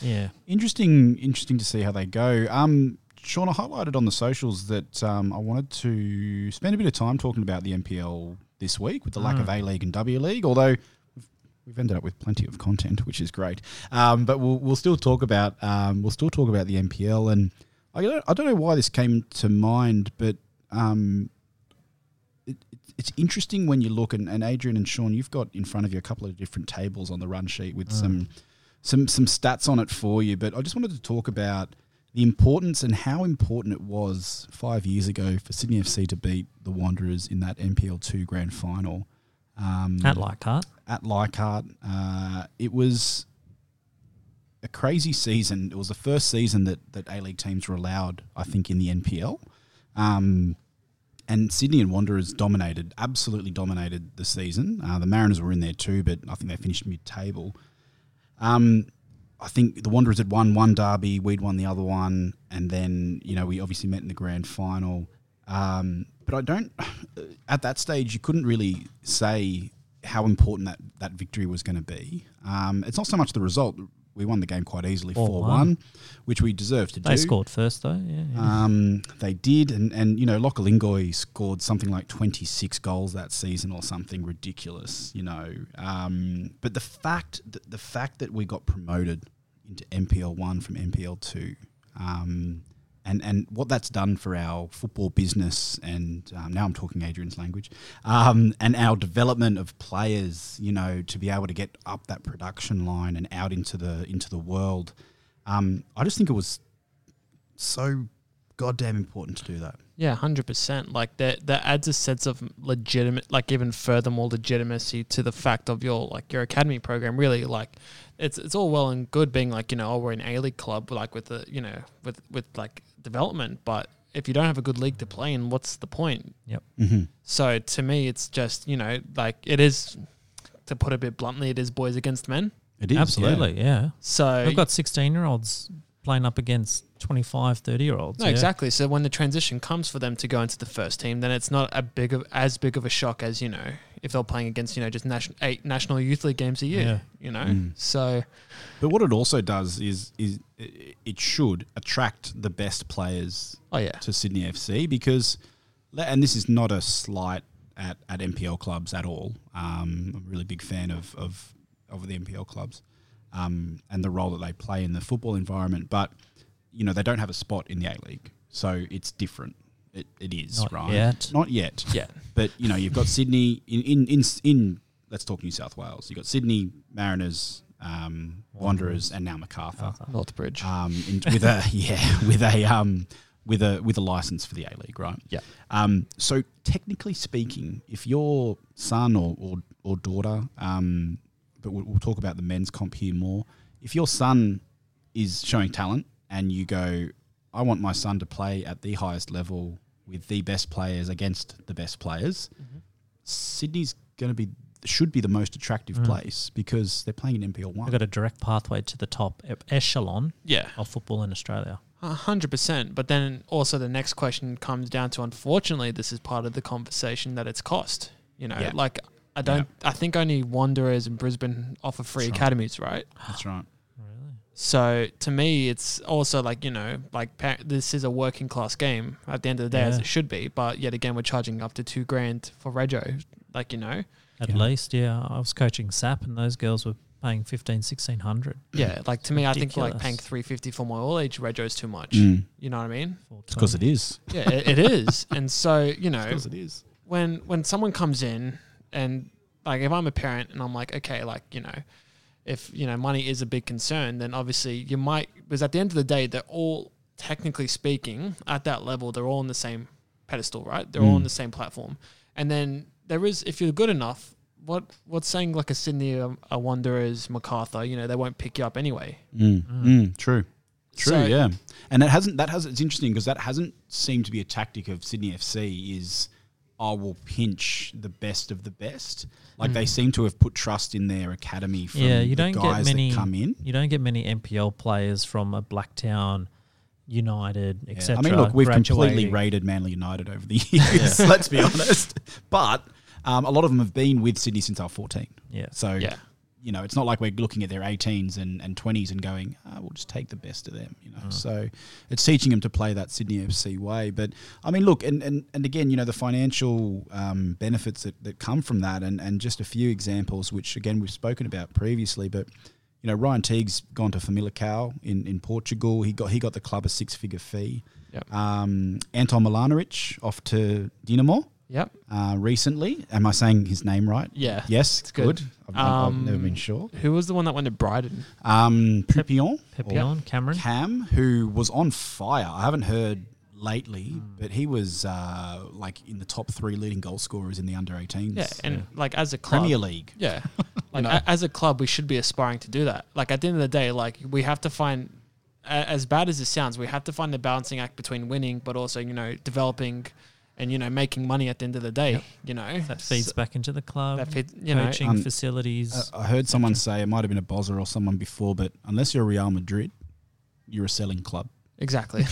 C: yeah.
A: Interesting, interesting to see how they go. Um, Sean, I highlighted on the socials that um, I wanted to spend a bit of time talking about the NPL this week with the lack of A League and W League, although we've ended up with plenty of content, which is great. Um, but we'll, we'll still talk about um, we'll still talk about the NPL and I don't, I don't know why this came to mind, but um, it, it, it's interesting when you look and, and Adrian and Sean, you've got in front of you a couple of different tables on the run sheet with some some some stats on it for you. But I just wanted to talk about the importance and how important it was five years ago for Sydney FC to beat the Wanderers in that MPL two grand final um,
C: At Leichhardt.
A: at Leichhardt. Uh, it was a crazy season. It was the first season that, that A League teams were allowed, I think, in the NPL. Um, and Sydney and Wanderers dominated, absolutely dominated the season. Uh, the Mariners were in there too, but I think they finished mid table. Um, I think the Wanderers had won one derby, we'd won the other one, and then you know we obviously met in the grand final. Um, but I don't. At that stage, you couldn't really say how important that that victory was going to be. Um, it's not so much the result. We won the game quite easily,
C: Four
A: four
C: one.
A: one, which we deserved to do.
C: They scored first though. Yeah. yeah.
A: Um, they did, and and you know, Lokalingoy scored something like twenty six goals that season or something ridiculous, you know. Um, but the fact that the fact that we got promoted into MPL one from MPL two, um, and and what that's done for our football business, and um, now I'm talking Adrian's language, um, and our development of players, you know, to be able to get up that production line and out into the into the world. Um, I just think it was so goddamn important to do that.
B: Yeah, hundred percent. Like that, that adds a sense of legitimate, like even further more legitimacy to the fact of your like your academy program. Really, like it's it's all well and good being like you know oh we're an A League club like with the you know with with like development, but if you don't have a good league to play in, what's the point?
C: Yep.
B: So to me, it's just you know like it is to put it a bit bluntly, it is boys against men.
A: It is
C: Absolutely. Yeah.
B: So
C: We've got 16 year olds playing up against 25, 30 year olds.
B: No, exactly. So when the transition comes for them to go into the first team, then it's not a big of, as big of a shock as you know if they're playing against you know just national eight national youth league games a year.
C: Yeah.
B: You know, so
A: But what it also does is is i- it should attract the best players
B: oh yeah,
A: to Sydney FC because, and this is not a slight at, at MPL clubs at all. Um, I'm a really big fan of, of, of the MPL clubs um, and the role that they play in the football environment. But, you know, they don't have a spot in the A League. So it's different. It, it is,
C: Not
A: right?
C: yet.
A: Not yet.
B: Yeah.
A: But, you know, you've got Sydney in, in, in, in, let's talk New South Wales. You've got Sydney, Mariners, um, Wanderers, and now MacArthur
B: Northbridge.
A: um, in, with a yeah, with a um, with a with a license for the A League, right?
B: Yeah.
A: Um, so technically speaking, if your son or or, or daughter, um, but we'll, we'll talk about the men's comp here more. If your son is showing talent and you go, I want my son to play at the highest level with the best players against the best players, Sydney's going to be should be the most attractive place because they're playing in NPL one.
C: They've got a direct pathway to the top e- echelon
B: yeah.
C: of football in Australia.
B: A hundred percent. But then also the next question comes down to unfortunately this is part of the conversation that it's cost. You know,
A: Yeah.
B: like I don't I think only Wanderers and Brisbane offer free academies, right?
A: That's right.
B: So to me, it's also like you know, like pa- this is a working class game at the end of the day, as
C: Yeah.
B: it should be. But yet again, we're charging up to two grand for rego, like you know,
C: At
A: Yeah.
C: least, yeah. I was coaching SAP and those girls were paying 15, 1600
B: yeah. Like to me, I think like
C: Ridiculous. Mm.
B: paying three fifty for my all age rego is too much. You know what I mean?
C: for
A: Because it is.
B: Yeah, it, it is. And so you know,
A: it is.
B: when when someone comes in and like if I'm a parent and I'm like, okay, like you know, if you know money is a big concern, then obviously you might because at the end of the day, they're all technically speaking at that level, they're all on the same pedestal, right? They're
A: Mm.
B: all on the same platform, and then there is if you're good enough. What what's saying like a Sydney, a, a Wanderers, Macarthur, you know they won't pick you up anyway.
A: Mm, true. True,
B: So-
A: yeah. And it hasn't that has it's interesting because that hasn't seemed to be a tactic of Sydney FC is I will pinch the best of the best. Like they seem to have put trust in their academy from
C: Mm. yeah,
A: the
C: you don't
A: guys
C: get many
A: that come in.
C: You don't get many NPL players from a Blacktown, United,
A: Yeah.
C: etc.
A: I mean, look, we've completely
C: graduating.
A: raided Manly United over the years. let's be honest. But um, a lot of them have been with Sydney since I was fourteen.
C: Yeah.
A: So
B: Yeah.
A: you know, it's not like we're looking at their 18s and, and 20s and going, ah, we'll just take the best of them. You know,
B: Mm.
A: so it's teaching them to play that Sydney FC way. But I mean, look, and and, and again, you know, the financial um, benefits that, that come from that, and and just a few examples, which again we've spoken about previously, but you know, Ryan Teague's gone to Famalicão in, in Portugal. He got he got the club a six figure fee.
B: Yep.
A: Um, Anton Milanovic off to Dinamo
B: Yep.
A: uh, recently. Am I saying his name right?
B: Yeah.
A: Yes,
B: It's
A: good.
B: good.
A: I've, I've- I've
B: Um,
A: never been sure.
B: Who was the one that went to Brighton?
A: Um, Pupillon,
C: Papillon, Cameron.
A: Cam, who was on fire. I haven't heard lately,
B: Hmm.
A: but he was uh, like in the top three leading goal scorers in the under 18s.
B: Yeah, and like as a club,
A: Premier League.
B: Yeah, like a, as a club, we should be aspiring to do that. Like at the end of the day, like we have to find, a- as bad as it sounds, we have to find the balancing act between winning, but also you know developing, and you know making money at the end of the day. You know
C: That feeds
B: So-
C: back into the club.
B: that feed- you know,
C: coaching
A: Um,
C: facilities.
A: Uh, I heard someone say it might have been a Bozza or someone before, but unless you're Real Madrid, you're a selling club,
B: exactly.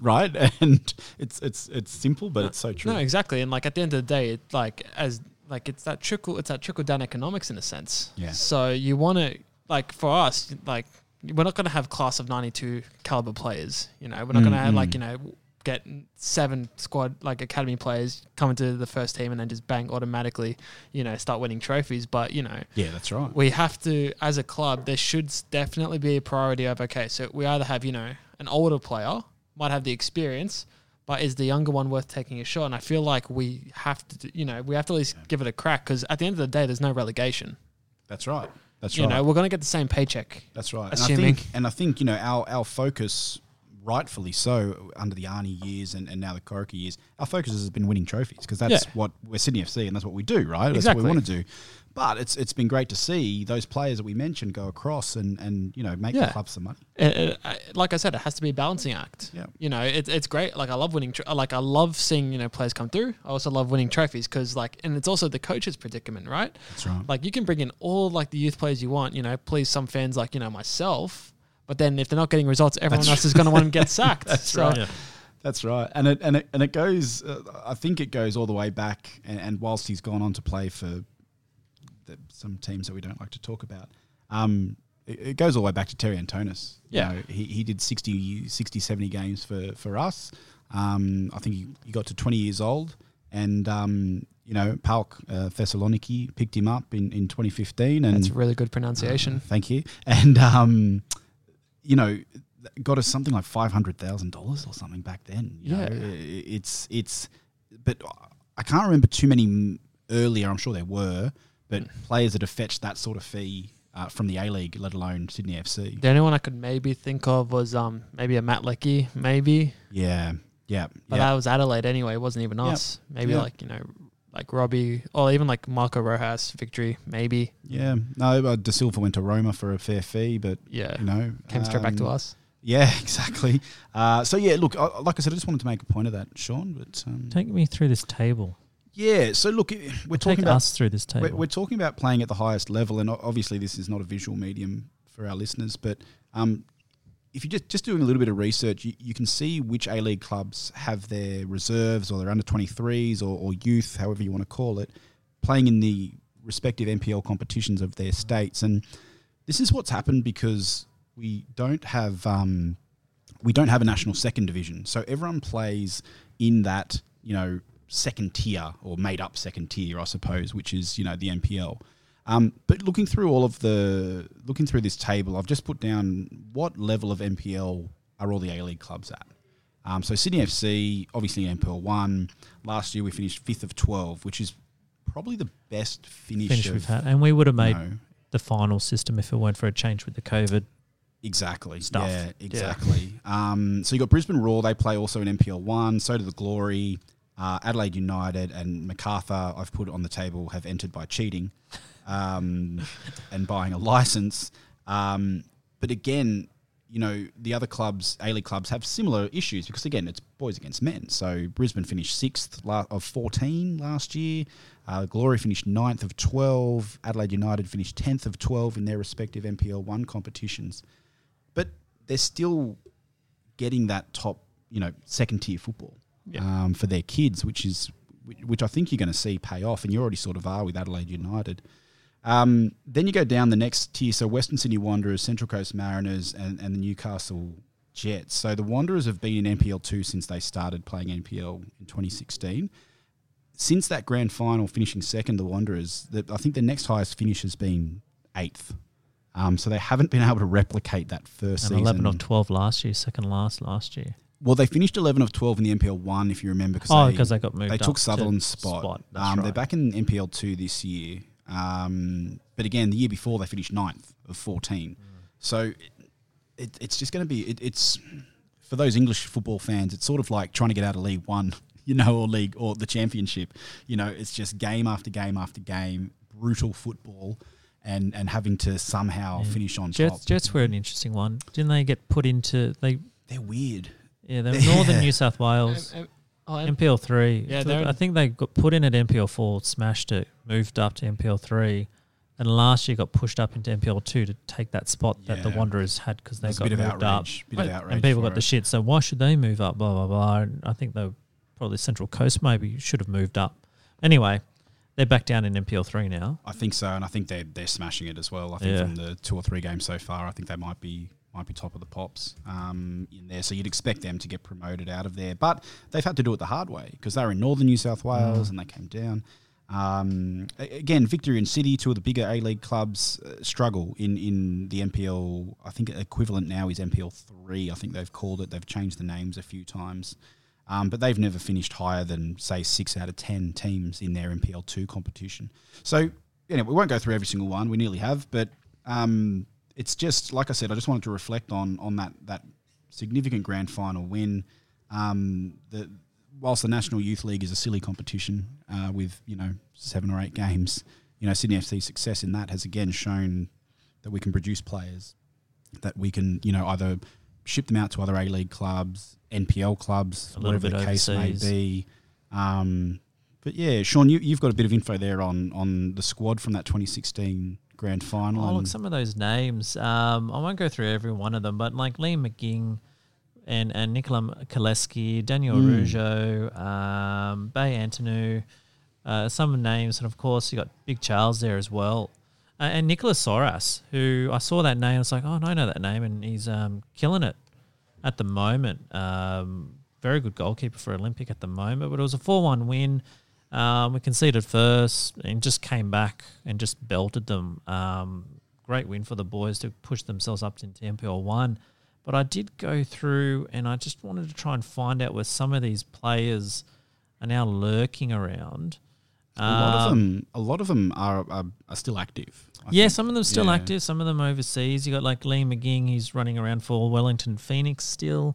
A: right? And it's it's it's simple, but it's so true.
B: no, exactly. And like at the end of the day, it like as like it's that trickle, it's that trickle down economics in a sense.
A: Yeah.
B: So you want to like for us, like we're not going to have class of ninety two caliber players. You know, we're not going to have like you know get seven squad like academy players coming to the first team and then just bang automatically, you know, start winning trophies. But you know,
A: Yeah, that's right.
B: we have to, as a club, there should s- definitely be a priority of okay, so we either have, you know, an older player, might have the experience, but is the younger one worth taking a shot? And I feel like we have to, do- you know, we have to at least give it a crack because at the end of the day, there's no relegation.
A: That's right. That's
B: you
A: right.
B: know, we're going to get the same paycheck.
A: That's right.
B: Assuming.
A: And I think, and I think you know, our, our focus, rightfully so, under the Arnie years and, and now the Corky years, our focus has been winning trophies because that's
B: Yeah.
A: what we're Sydney FC and that's what we do, right? That's
B: Exactly.
A: what we want to do. But it's it's been great to see those players that we mentioned go across and, and you know make the
B: Yeah.
A: club some money.
B: it, it, Uh, I- like I said, it has to be a balancing act.
A: Yeah.
B: You know, it, it's great. Like I love winning. Tr- like I love seeing you know players come through. I also love winning trophies because like, and it's also the coach's predicament, right? That's
A: right.
B: Like you can bring in all like the youth players you want. You know, please some fans like you know myself. But then if they're not getting results, everyone else is going to want to get sacked. That's so,
C: Yeah.
A: That's right, and it and it and it goes. Uh, I think it goes all the way back. And, and whilst he's gone on to play for the, some teams that we don't like to talk about, um, it, it goes all the way back to Terry Antonis. You
B: Yeah.
A: know, he, he did 60, 60, 70 games for for us. Um, I think he, he got to twenty years old, and um, you know, Palk uh, Thessaloniki picked him up in in twenty fifteen, and
B: That's a really good pronunciation.
A: thank you, and um, you know, got us something like five hundred thousand dollars or something back then. You know?
B: Yeah.
A: I- it's it's, but I can't remember too many m- earlier. I'm sure there were,
B: Hmm.
A: but players that have fetched that sort of fee uh, from the A League, let alone Sydney FC.
B: The only one I could maybe think of was um maybe a Matt Leckie, maybe,
A: Yeah, yeah,
B: but uh,
A: yeah.
B: that was Adelaide anyway. It wasn't even us. Maybe
A: Yeah.
B: like you know, like Robbie or even like Marco Rojas, Victory, maybe.
A: yeah. No, uh, De Silva went to Roma for a fair fee, but
B: Yeah.
A: you know,
B: Came straight back to
A: um,
B: us.
A: Yeah, exactly. Uh, so yeah, look, I, like I said, I just wanted to make a point of that, Sean. But um,
C: Take me through this table.
A: yeah, so look, it- we're
C: Take
A: talking about
C: us through this table.
A: We're, we're talking about playing at the highest level, and o- obviously this is not a visual medium for our listeners. But um, if you just just doing a little bit of research, you, you can see which A League clubs have their reserves or their under twenty threes or, or youth, however you want to call it, playing in the respective NPL competitions of their states. And this is what's happened because we don't have. Um, we don't have a national second division, so everyone plays in that you know second tier or made up second tier, I suppose, which is you know the NPL. Um, but looking through all of the looking through this table, I've just put down what level of NPL are all the A League clubs at. Um, so Sydney FC, obviously NPL one. Last year we finished fifth of twelve, which is probably the best finish,
C: finish
A: of,
C: we've had, and we would have made
A: No.
C: the final system if it weren't for a change with the COVID.
A: Exactly.
C: stuff.
A: Yeah, exactly. Um, so you got Brisbane Raw. They play also in NPL one. So do the Glory, uh, Adelaide United, and Macarthur. I've put on the table have entered by cheating, um, and buying a license. Um, but again, you know the other clubs, A League clubs, have similar issues because again, it's boys against men. So Brisbane finished sixth la- of fourteen last year. Uh, Glory finished ninth of twelve. Adelaide United finished tenth of twelve in their respective NPL one competitions but they're still getting that top, you know, second tier football um, for their kids, which is whi- which I think you're going to see pay off, and you already sort of are with Adelaide United. Um, then you go down the next tier, so Western Sydney Wanderers, Central Coast Mariners, and, and the Newcastle Jets. So the Wanderers have been in NPL two since they started playing NPL in 2016. Since that grand final, finishing second, the Wanderers, the, I think the next highest finish has been eighth Um, so they haven't been able to replicate that first
C: And
A: season.
C: 11 of 12 last year, second last last year.
A: Well, they finished 11 of 12 in the NPL 1, if you remember.
C: Oh, 'cause they got moved
A: They
C: up
A: took
C: to
A: Sutherland's spot.
C: spot, that's
A: Um, They're
C: right.
A: back in NPL 2 this year. Um, but again, the year before, they finished ninth of
C: Mm.
A: 14. So it, it's just going to be, it, it's for those English football fans, it's sort of like trying to get out of League One, you know, or League or the Championship. You know, it's just game after game after game, brutal football. And, and having to somehow finish on
C: Jets,
A: top.
C: Jets were an interesting one. Didn't they get put into. they?
A: They're weird.
C: Yeah, they were Northern
A: Yeah.
C: New South Wales.
B: Um, oh, and-
C: MPL three.
B: Yeah,
C: So
B: they're-
C: I think they got put in at MPL four, smashed it, moved up to MPL three, and last year got pushed up into MPL two to take that spot that the
A: Yeah.
C: Wanderers had because they
A: There's a
C: got
A: bit of
C: moved
A: outrage.
C: up.
A: Bit of outrage.
C: and people
A: for
C: got the
A: it.
C: shit. So why should they move up? Blah blah blah. And I think they were probably Central Coast maybe should have moved up. Anyway, they're back down in MPL three now.
A: I think so, and I think they're they're smashing it as well. I think
C: Yeah.
A: from the two or three games so far, I think they might be might be top of the pops um, in there. So you'd expect them to get promoted out of there, but they've had to do it the hard way because they were in northern New South Wales and they came down. Um, a- again, Victory and City, two of the bigger A League clubs, uh, struggle in in the MPL. I think equivalent now is MPL three. I think they've called it. They've changed the names a few times. Um, but they've never finished higher than, say, six out of 10 teams in their MPL2 competition. So, anyway, we won't go through every single one. We nearly have. But um, it's just, like I said, I just wanted to reflect on on that, that significant grand final win. Um, the, whilst the National Youth League is a silly competition uh, with, you know, seven or eight games, you know, Sydney FC's success in that has again shown that we can produce players that we can, you know, either ship them out to other A League clubs, NPL clubs,
C: A little
A: whatever
C: bit
A: the case
C: overseas.
A: may be. Um, but yeah, Sean, you, you've got a bit of info there on on the squad from that 2016 grand final.
C: Oh, look,
A: and-
C: some of those names. Um, I won't go through every one of them, but like Liam McGing and, and Nicola Kaleski, Daniel Rougeau, um, Bay Antonou, uh, some names. And of course, you got Big Charles there as well. Uh, and Nicholas Soras, who I saw that name, I was like, oh, no, I know that name. And he's um, killing it at the moment. Um, very good goalkeeper for Olympic at the moment, but it was a 4 1 win. Um, we conceded first and just came back and just belted them. Um, great win for the boys to push themselves up into MPL 1. But I did go through and I just wanted to try and find out where some of these players are now lurking around.
A: a
C: Uh,
A: lot of them, a lot of them are are, are still active. I
C: Yeah,
A: think.
C: some of them still
A: Yeah.
C: active, some of them overseas. You got like Lee McGing, he's running around for Wellington Phoenix still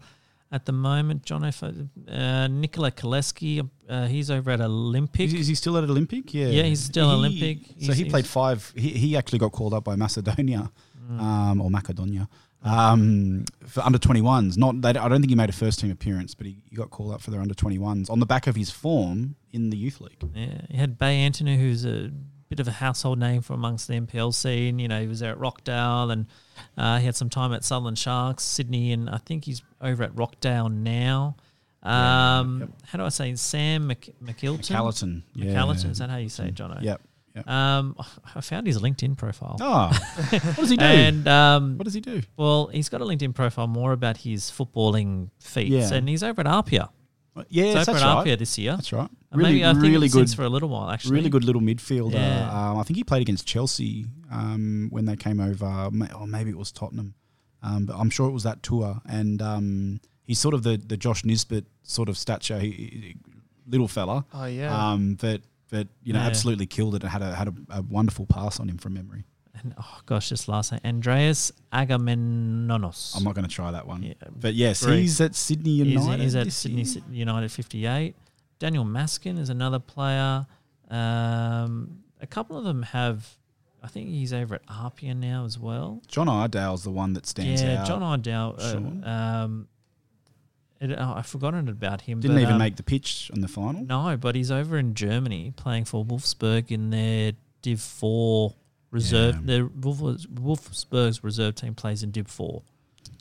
C: at the moment. John F. Uh, Nicola Kaleski, uh, he's over at Olympic.
A: Is, is he still at Olympic? Yeah,
C: Yeah, he's still Olympic.
A: so
C: He's-
A: he played
C: he's- Mm.
A: five. He, he actually got called up by Macedonia um, or Macedonia um, for under 21s. Not they, I don't think he made a first team appearance, but he, he got called up for their under 21s on the back of his form in the youth league.
C: Yeah, you had Bay Antonou, who's a bit of a household name for amongst the MPL scene. You know, he was there at Rockdale, and uh, he had some time at Sutherland Sharks, Sydney, and I think he's over at Rockdale now. Um, How do I say Sam Mc- McIlton?
A: Callerton. Yeah.
C: McAllister, is that how you say it, Jono?
A: Yep. yep.
C: Um, I found his LinkedIn profile.
A: oh, what does he do?
C: And um,
A: what does he do?
C: well, he's got a LinkedIn profile more about his footballing feats,
A: Yeah.
C: and he's over at Apia.
A: Yeah,
C: he's
A: that's
C: over at
A: right.
C: Apia this year.
A: That's right.
C: And maybe I think
A: really
C: it's since
A: good.
C: for a little while actually.
A: Really good little midfielder.
C: Yeah.
A: Um, I think he played against Chelsea um, when they came over, ma- or maybe it was Tottenham. Um, but I'm sure it was that tour. And um, he's sort of the, the Josh Nisbet sort of stature, he, he- little fella.
B: Oh, yeah.
A: Um, but but you know,
C: Yeah.
A: absolutely killed it. and Had a had a, a wonderful pass on him from memory.
C: And, oh gosh, this last name, Andreas Agamemnonos.
A: I'm not going to try that one.
C: Yeah.
A: But yes,
C: Great.
A: he's at Sydney
C: He's-
A: United.
C: he's at
A: this
C: Sydney
A: year.
C: Sy- United 58. Daniel Maskin is another player. Um, a couple of them have. I think he's over at Apia now as well.
A: John Iredale's the one that stands
C: yeah,
A: out.
C: John Idell.
A: Sean?
C: Uh, um, it, oh, I've forgotten about him.
A: didn't
C: but,
A: even
C: um,
A: make the pitch on the final.
C: No, but he's over in Germany playing for Wolfsburg in their Div Four
A: Yeah.
C: reserve. Their Wolf, Wolfsburg's reserve team plays in Div Four.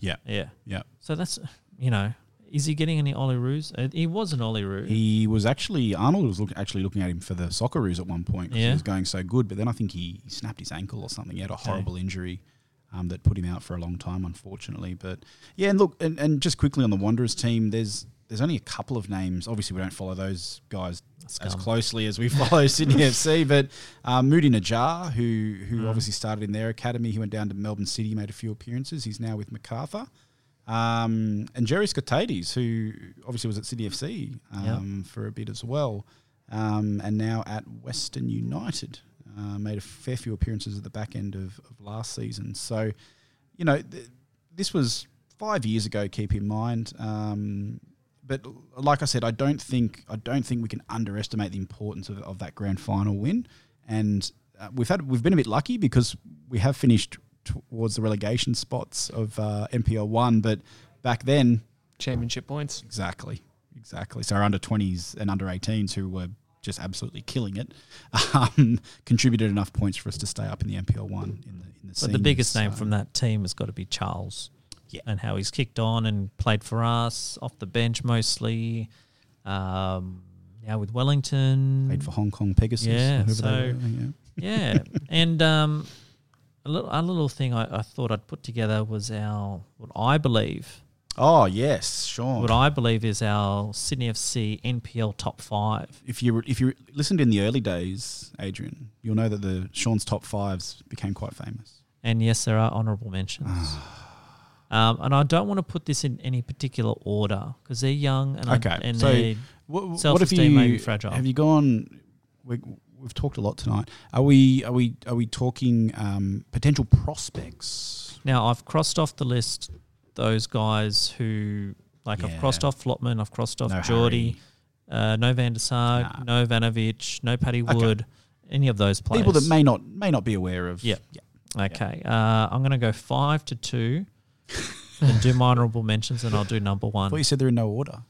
A: Yeah,
C: Yeah,
A: yeah.
C: so that's you know, is he getting any Oli Roos? Uh, He was an Oli Roos.
A: He was actually Arnold was look, actually looking at him for the Socceroos at one point. 'cause He
C: Yeah.
A: was going so good, but then I think he, he snapped his ankle or something. He had a horrible injury um, that put him out for a long time, unfortunately. But yeah, and look, and, and just quickly on the Wanderers team, there's there's only a couple of names. Obviously, we don't follow those guys as
C: Scum.
A: closely as we follow Sydney FC, but um, Moody Najjar, who who obviously started in their academy, he went down to Melbourne City, made a few appearances. He's now with Macarthur. Um, and Jerry Scottades, who obviously was at City FC um, for a bit as well, um, and now at Western United, uh, made a fair few appearances at the back end of, of last season. So, you know, th- this was five years ago. Keep in mind, um, but l- like I said, I don't think I don't think we can underestimate the importance of, of that grand final win. And uh, we've had we've been a bit lucky because we have finished towards the relegation spots of uh, NPL one, but back then
B: Championship points.
A: Exactly. Exactly. So our under 20s and under 18s who were just absolutely killing it um, contributed enough points for us to stay up in the NPL one in the in the.
C: But the biggest
A: seniors.
C: name
A: So-
C: from that team has got to be Charles.
A: Yeah.
C: And how he's kicked on and played for us off the bench mostly. Um, now with Wellington.
A: uh, played for Hong Kong Pegasus.
C: Yeah,
A: whoever they
C: so-
A: were, yeah.
C: yeah, and um, a little a little thing I, I thought I'd put together was our what I believe
A: Oh yes, Sean.
C: what I believe is our Sydney FC NPL top five.
A: if you if you listened in the early days, Adrian, you'll know that the Sean's top fives became quite famous.
C: And yes, there are honourable mentions. Um, and I don't want to put this in any particular order because they're young and I-
A: Okay,
C: and
A: so
C: they
A: What, what have
C: Self-esteem may be
A: you
C: fragile.
A: have you gone? We, we've talked a lot tonight. Are we are we are we talking um, potential prospects?
C: Now I've crossed off the list those guys who like I've
A: Yeah.
C: crossed off Flotman, I've crossed off
A: No
C: Geordie, uh, no Van der Sar,
A: Nah.
C: no Vanovich, no Paddy Wood, any of those players.
A: People that may not may not be aware of.
C: Yeah. Okay. Uh, I'm gonna go five to two and do my honorable mentions and I'll do number one.
A: Well, you said they're in no order.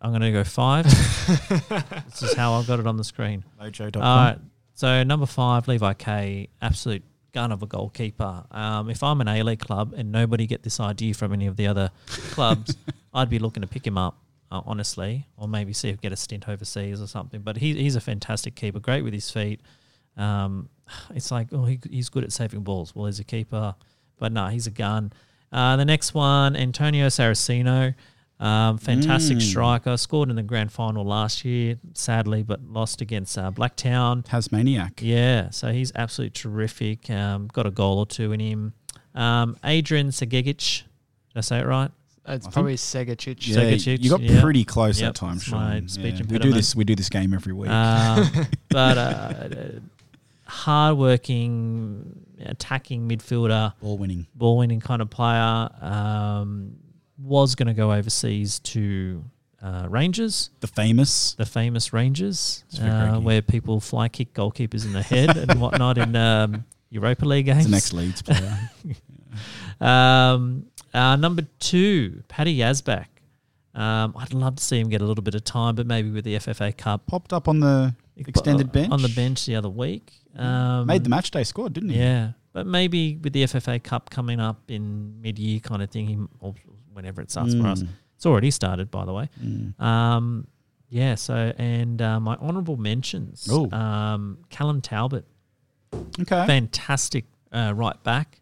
C: I'm gonna go five. this is how I've got it on the screen.
A: Mojo.com.
C: All right. So number five, Levi K, absolute gun of a goalkeeper. Um, if I'm an A League club and nobody get this idea from any of the other clubs, I'd be looking to pick him up, uh, honestly, or maybe see if get a stint overseas or something. But he, he's a fantastic keeper, great with his feet. Um, it's like oh, he, he's good at saving balls. Well, he's a keeper, but no, he's a gun. Uh, the next one, Antonio Saraceno, um, fantastic striker, scored in the grand final last year, sadly, but lost against uh, Blacktown.
A: Tasmaniac.
C: Yeah, so he's absolutely terrific. Um, got a goal or two in him. Um, Adrian Segegic, did I say it right?
B: It's probably Segacic.
A: Yeah,
C: Segacic,
A: you got
C: yeah.
A: pretty close
C: Yep,
A: that time,
C: it's my
A: Sean.
C: speech
A: Yeah. We do
C: impediment.
A: this. We do this game every week.
C: Um, but uh, hardworking, attacking midfielder,
A: Ball winning.
C: ball winning kind of player. Um, was going to go overseas to uh, Rangers,
A: The famous.
C: the famous Rangers,
A: very
C: uh,
A: cranky.
C: where people fly kick goalkeepers in the head and whatnot in um, Europa League games.
A: It's the next Leeds player.
C: Um, uh, number two, Paddy Yazbak. Um, I'd love to see him get a little bit of time, but maybe with the FFA Cup
A: Popped up on the extended bench.
C: on the bench the other week. Um,
A: Made the match day squad, didn't he?
C: yeah, but maybe with the FFA Cup coming up in mid-year kind of thing, he, or whenever it starts for us. It's already started, by the way. Um, yeah. So, and uh, my honourable mentions:
A: Ooh.
C: um, Callum Talbot,
A: Okay.
C: fantastic uh, right back.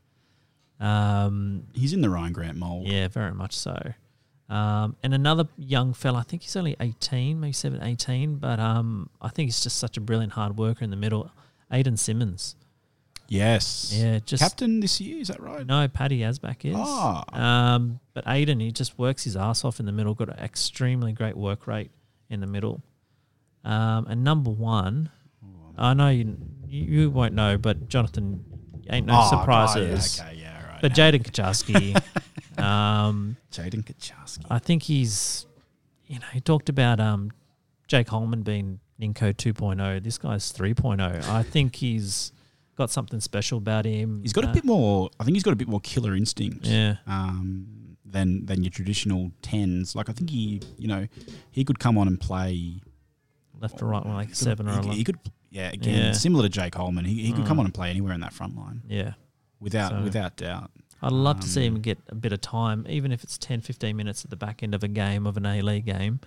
C: Um,
A: He's in the Ryan Grant mold.
C: yeah, very much so. Um, and another young fella, I think he's only 18, maybe 7, 18, but um, I think he's just such a brilliant hard worker in the middle. Aiden Simmons.
A: Yes.
C: Yeah, just-
A: captain this year. Is that right?
C: No, Paddy Asback is.
A: Ah.
C: Um, but Aiden, he just works his ass off in the middle, got an extremely great work rate in the middle. Um, and number one, I know you, you won't know, but Jonathan, ain't no
A: Ah,
C: surprises.
A: yeah, okay. Yeah. Right.
C: But Jaden Kaczarski, um,
A: Jaden Kaczarski.
C: I think he's, you know, he talked about um, Jake Holman being Ninko 2.0. oh. This guy's 3.0. I think he's got something special about him.
A: He's got a
C: Uh,
A: bit more. I think he's got a bit more killer instinct.
C: Yeah.
A: um, than than your traditional tens. Like I think he, you know, he could come on and play
C: Left or right, one, like
A: he
C: a
A: could-
C: seven or
A: he
C: a
A: could- He
C: line.
A: could, yeah, again,
C: Yeah.
A: similar to Jake Holman, he, he could come on and play anywhere in that front line
C: Yeah.
A: without
C: So-
A: without doubt.
C: I'd love to see
A: Um,
C: him get a bit of time, even if it's 10, 15 minutes at the back end of a game, of an A League game,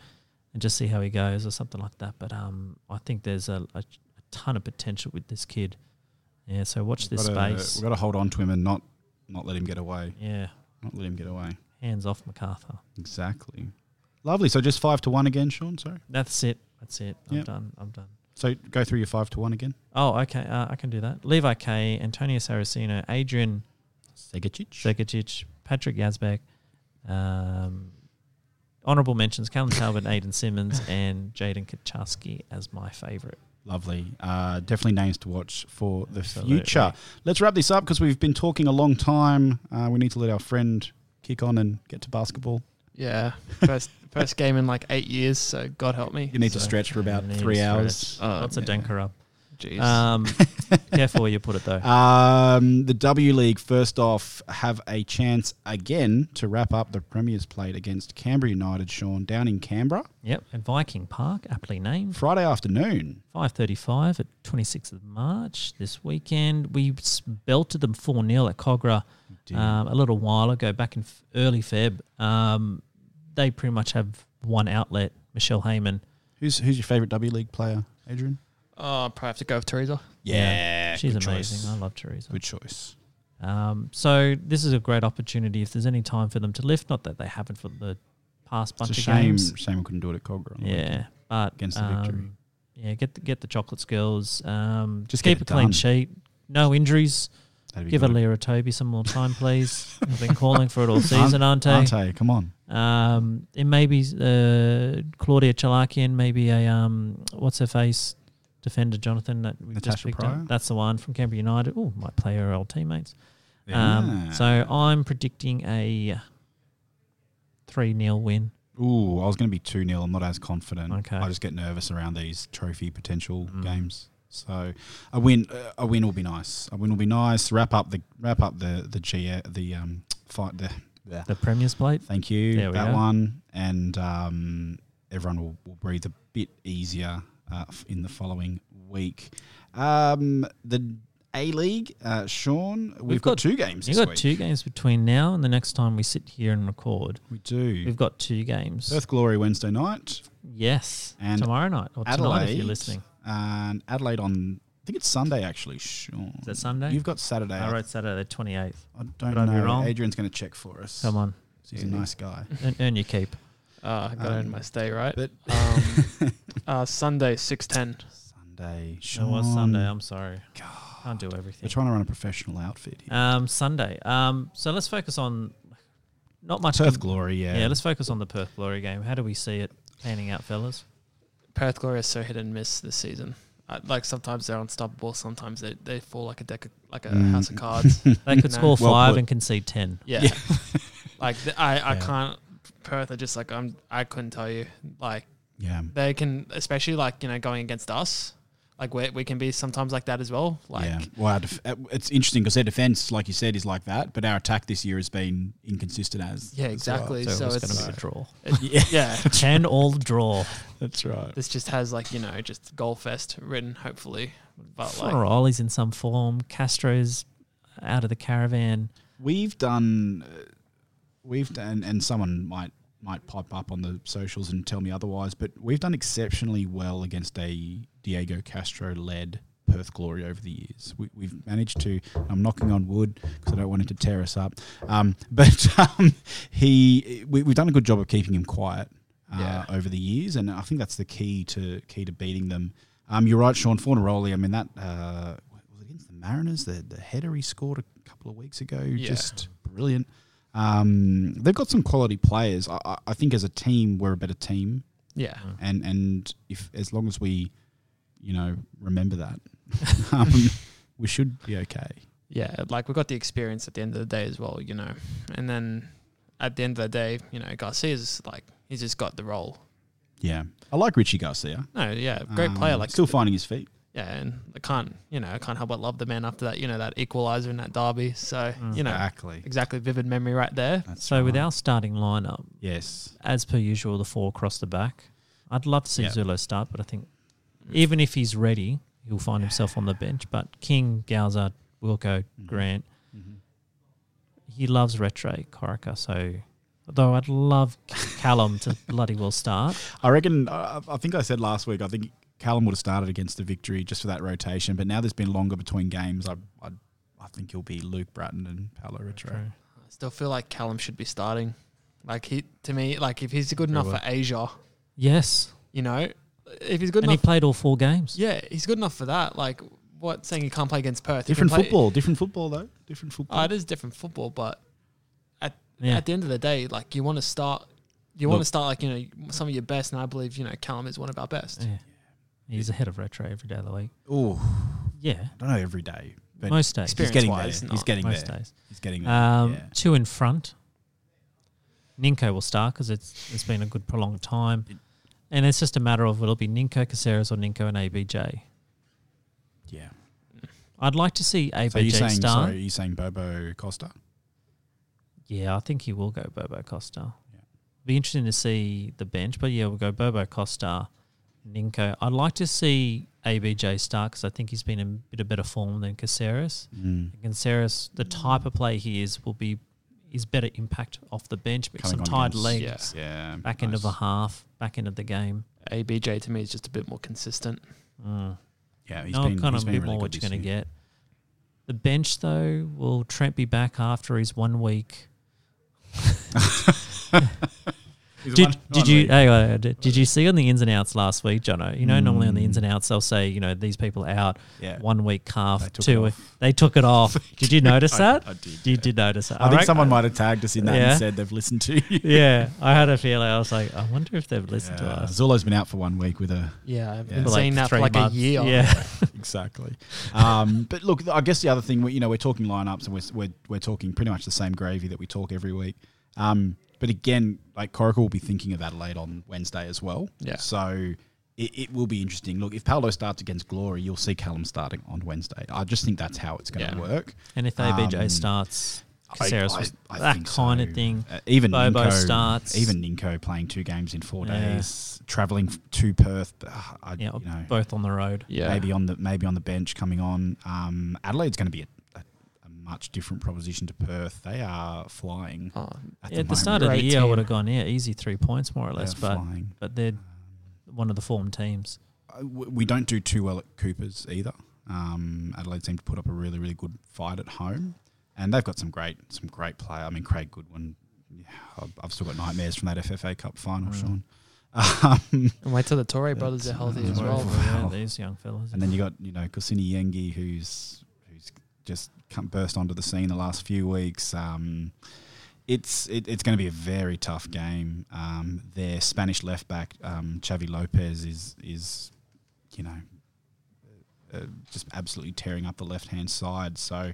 C: and just see how he goes or something like that. But um, I think there's a, a, a ton of potential with this kid. Yeah, so watch this
A: Gotta-
C: space.
A: We've got to hold on to him and not not let him get away.
C: yeah,
A: Not let him get away.
C: hands off MacArthur.
A: Exactly. Lovely. So just five to one again, Sean. Sorry.
C: That's it. That's it. I'm
A: Yep.
C: done. I'm done.
A: So go through your five to one again.
C: Oh, okay. Uh, I can do that. Levi Kay, Antonio Saraceno, Adrian
A: Segacic.
C: Segacic, Patrick Yazbek, um, honorable mentions: Callum Talbot, Aiden Simmons, and Jaden Kaczewski as my favorite.
A: Lovely. Uh, definitely names to watch for the
C: Absolutely.
A: future. Let's wrap this up because we've been talking a long time. Uh, we need to let our friend kick on and get to basketball.
B: Yeah, first first game in like eight years. So God help me.
A: You need to stretch for about three hours.
B: Oh,
C: Lots of dunker up.
A: Uh,
B: Jeez.
C: Um, careful where you put it though.
A: Um, the W League, first off, have a chance again to wrap up the Premier's plate against Canberra United, Sean, down in Canberra,
C: Yep, at Viking Park, aptly named.
A: Friday afternoon.
C: 5.35 at 26th of March this weekend. We s- belted them 4-0 at Cogra um, a little while ago, back in f- early Feb. Um, they pretty much have one outlet, Michelle Heyman.
A: Who's who's your favourite W League player, Adrian?
B: oh, I probably have to go with Teresa.
A: Yeah,
C: She's
A: good
C: amazing.
A: choice.
C: I love Teresa.
A: Good choice.
C: Um, so this is a great opportunity if there's any time for them to lift. Not that they haven't for the past bunch
A: It's a
C: of
A: shame.
C: games.
A: Shame we couldn't do it at Cogra. on the
C: Yeah, but
A: Against the victory.
C: um, Yeah, get the, get the chocolates, girls. Um,
A: Just
C: just
A: get
C: keep
A: it
C: a clean
A: done.
C: sheet. No injuries.
A: That'd be
C: Give
A: good.
C: Alira Toby some more time, please. I've been calling for it all season, aren't I?
A: Ante, come on.
C: Um, and maybe uh, Claudia Chalakian, maybe a um, what's her face defender, Jonathan that we just
A: Natasha
C: picked
A: Pryor?
C: up. That's the one from Canberra United. Oh, might play her old teammates. Um, so I'm predicting a three 0 win.
A: Ooh, I was going to be 2 0. I'm not as confident.
C: Okay. Mm.
A: I just get nervous around these trophy potential games. So a win, uh, a win will be nice. A win will be nice. Wrap up the wrap up the the G the um fight the. bleh.
C: The Premier's plate.
A: Thank you
C: There we
A: that
C: go.
A: one, and um, everyone will, will breathe a bit easier uh, f- in the following week. Um, the A League, uh, Sean, we've, got, two games.
C: We've
A: this
C: got
A: week.
C: two games between now and the next time we sit here and record.
A: We do.
C: We've got two games.
A: Perth Glory Wednesday night.
C: Yes,
A: And
C: tomorrow night or tonight if you're listening.
A: And Adelaide on, I think it's Sunday actually, Sean.
C: Is that Sunday?
A: You've got Saturday.
C: I wrote Saturday the 28th.
A: I don't
C: could I be
A: know.
C: wrong?
A: Adrian's going to check for us.
C: Come on,
A: He's a nice guy.
C: earn, earn your keep.
B: Uh, I got to in my stay right.
A: But
B: um, uh, Sunday six ten.
A: Sunday,
C: It
A: Sean.
C: was Sunday. I'm sorry. Can't do everything.
A: We're trying to run a professional outfit here.
C: Um, Sunday. Um, so let's focus on not much.
A: Perth Glory, yeah.
C: Uh, Yeah, let's focus on the Perth Glory game. How do we see it panning out, fellas?
B: Perth Glory is so hit and miss this season. Uh, like sometimes they're unstoppable. Sometimes they, they fall like a deck of, like a
A: Mm.
B: house of cards.
C: They could
B: No.
C: score
A: Well
C: five
A: put.
C: and concede ten.
B: Yeah, like th- I I can't. Perth are just like I'm. I couldn't tell you. Like
A: yeah.
B: they can, especially like you know going against us. Like we we can be sometimes like that as well. Like
A: yeah. Well, our def- uh, it's interesting because their defense, like you said, is like that, but our attack this year has been inconsistent as.
B: Yeah, exactly. So,
C: it's
B: it's,
C: going to be a draw.
B: yeah.
C: Ten all draw.
A: That's right.
B: This just has like you know just goal fest written hopefully, but like
C: Ollie's in some form. Castro's out of the caravan.
A: We've done, uh, we've done, and someone might might pop up on the socials and tell me otherwise, but we've done exceptionally well against a Diego Castro led Perth Glory over the years. We, we've managed to. I'm knocking on wood because I don't want him to tear us up. Um, but um, he, we, we've done a good job of keeping him quiet uh,
B: Yeah.
A: over the years, and I think that's the key to key to beating them. Um, you're right, Sean Fornaroli. I mean that uh, was it against the Mariners. The the header he scored a couple of weeks ago, just brilliant. Um, they've got some quality players. I, I- I think as a team, we're a better team,
B: yeah,
A: and and if as long as we, you know, remember that, um, we should be okay.
B: yeah. Like we got the experience at the end of the day as well, you know. And then at the end of the day, you know, Garcia's like he's just got the role.
A: Yeah, I like Richie Garcia.
B: No, yeah, great
A: Um,
B: player. Like
A: still finding his feet.
B: yeah, and I can't you know I can't help but love the man after that you know that equaliser in that derby. So you know
A: Exactly.
B: exactly vivid memory right there.
A: That's
C: So
A: right.
C: with our starting lineup,
A: yes,
C: as per usual, the four across the back. I'd love to see
A: Yeah.
C: Zulo start, but I think
B: Mm.
C: even if he's ready, he'll find himself on the bench. But King, Gowser, Wilco,
B: Mm-hmm.
C: Grant, he loves Retro Corica. So, although I'd love Callum to bloody well start,
A: I reckon. Uh, I think I said last week. I think Callum would have started against the victory just for that rotation, but now there's been longer between games. I I, I think he'll be Luke Bratton and Paolo Retro.
B: I still feel like Callum should be starting. Like he to me, like if he's good enough for Asia,
C: Yes.
B: you know, if he's good
C: And he
B: enough,
C: played all four games.
B: yeah, he's good enough for that. Like what saying he can't play against Perth? He can
A: Different
B: play-
A: football, different football though. Different football.
B: Oh, it is different football, but at
C: Yeah.
B: at the end of the day, like you want to start, you want to
A: Look.
B: start like you know some of your best, and I believe you know Callum is one of our best.
C: Yeah. He's ahead of retro every day of the week.
A: Oh,
C: Yeah.
A: I don't know every day, but
C: Most days.
A: he's
B: Experience
A: getting there.
B: wise,
A: He's
B: not
A: getting
C: Most
A: there.
C: days.
A: He's getting there.
C: Um,
A: yeah.
C: Two in front. Ninko will start because it's it's been a good prolonged time, and it's just a matter of will it be Ninko Caceres or Ninko and ABJ.
A: yeah.
C: I'd like to see ABJ
A: So you're saying
C: start.
A: so you're saying Bobo Costa?
C: Yeah, I think he will go Bobo Costa. Be interesting to see the bench, but yeah, we'll go Bobo Costa, Ninko. I'd like to see ABJ start because I think he's been in a bit of better form than Caceres. Mm. Caceres, the type of player he is, will be his better impact off the bench, but
A: Coming
C: some
A: on
C: tied
A: against-
C: legs.
B: yeah.
A: Yeah.
C: back end of a
A: nice.
C: half, back end of the game.
B: ABJ to me is just a bit more consistent.
A: Yeah, he's
C: No,
A: been,
C: kind
A: he's
C: of
A: been
C: a bit
A: really
C: more
A: good
C: what you're
A: this
C: going to
A: year.
C: get. The bench though, will Trent be back after his one week?
A: He's
C: Did,
A: one-
C: did
A: one
C: you
A: league.
C: hang on, did, did you see on the ins and outs last week, Jono? You know, normally on the ins and outs they'll say you know these people out
A: Mm. Yeah.
C: one week calf,
A: They took it
C: two
A: off.
C: they took it off. did you notice
A: I-
C: that?
A: I did,
C: You
A: yeah.
C: did notice that.
A: I think
C: reckon-
A: someone might have tagged us in that
C: uh, Yeah.
A: and said they've listened to you.
C: Yeah, I had a feeling. I was like, I wonder if they've listened to
A: Uh,
C: us.
A: Zullo's been out for one week with a
B: Yeah, I've
A: Yeah.
B: been
C: For
B: saying that for
C: three
B: like
C: months.
B: a year.
C: Yeah,
A: exactly. Um, but look, I guess the other thing, we- you know, we're talking lineups and we're, we're, we're talking pretty much the same gravy that we talk every week. Um, but again, like Coracle will be thinking of Adelaide on Wednesday as well.
B: Yeah.
A: So it, it will be interesting. Look, if Paolo starts against Glory, you'll see Callum starting on Wednesday. I just think that's how it's going to
B: Yeah.
A: work.
C: and if ABJ
A: Um,
C: starts,
A: I-
C: Caceres
A: I-
C: was
A: I
C: that
A: think
C: kind
A: so.
C: of thing.
A: Uh, even
C: Bobo
A: Ninko,
C: starts.
A: Even Ninko playing two games in four
C: Yeah.
A: days, traveling to Perth. uh, I,
C: Yeah,
A: you know,
C: both on the road.
B: Yeah.
A: maybe on the maybe on the bench coming on. Um, Adelaide's going to be a, a, a much different proposition to Perth. They are flying
B: Oh,
A: at
C: At the
A: moment.
C: start of the
B: Great
C: year, I
B: team.
C: would have gone, yeah, easy three points more or less.
A: They're
C: but
A: flying.
C: but they're one of the form teams.
A: Uh, we- we don't do too well at Coopers either. Um, Adelaide seem to put up a really really good fight at home, and they've got some great some great player. I mean, Craig Goodwin. Yeah, I've- I've still got nightmares from that FFA Cup final,
B: Mm.
A: Sean. Um,
B: and wait till the Torre brothers are healthy as well.
A: Wow.
C: Yeah, these young fellas.
A: And then you got you know Kosini Yengi, who's who's just come burst onto the scene the last few weeks. Um, it's it, it's going to be a very tough game. Um, their Spanish left back um, Xavi Lopez is is you know uh, just absolutely tearing up the left hand side. So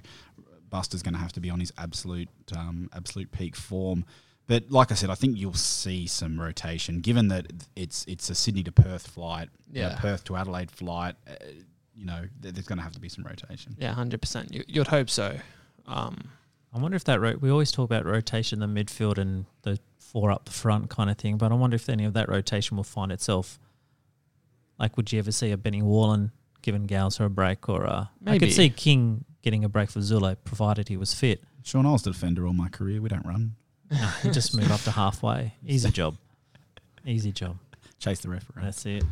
A: Buster's going to have to be on his absolute um, absolute peak form. But like I said, I think you'll see some rotation, given that it's it's a Sydney to Perth flight, you know,
B: Yeah.
A: Perth to Adelaide flight. Uh, you know, th- there's going to have to be some rotation.
B: Yeah, hundred percent. You, you'd hope so. Um,
C: I wonder if that ro- we always talk about rotation in the midfield and the four up the front kind of thing, but I wonder if any of that rotation will find itself. Like, would you ever see a Benny Wallen giving Gowser a break, or a, I
B: Maybe.
C: could see King getting a break for Zule, provided he was fit.
A: Sean, I was the defender all my career. We don't run,
C: No, he just move up to halfway. Easy job, easy job.
A: chase the referee.
C: That's it.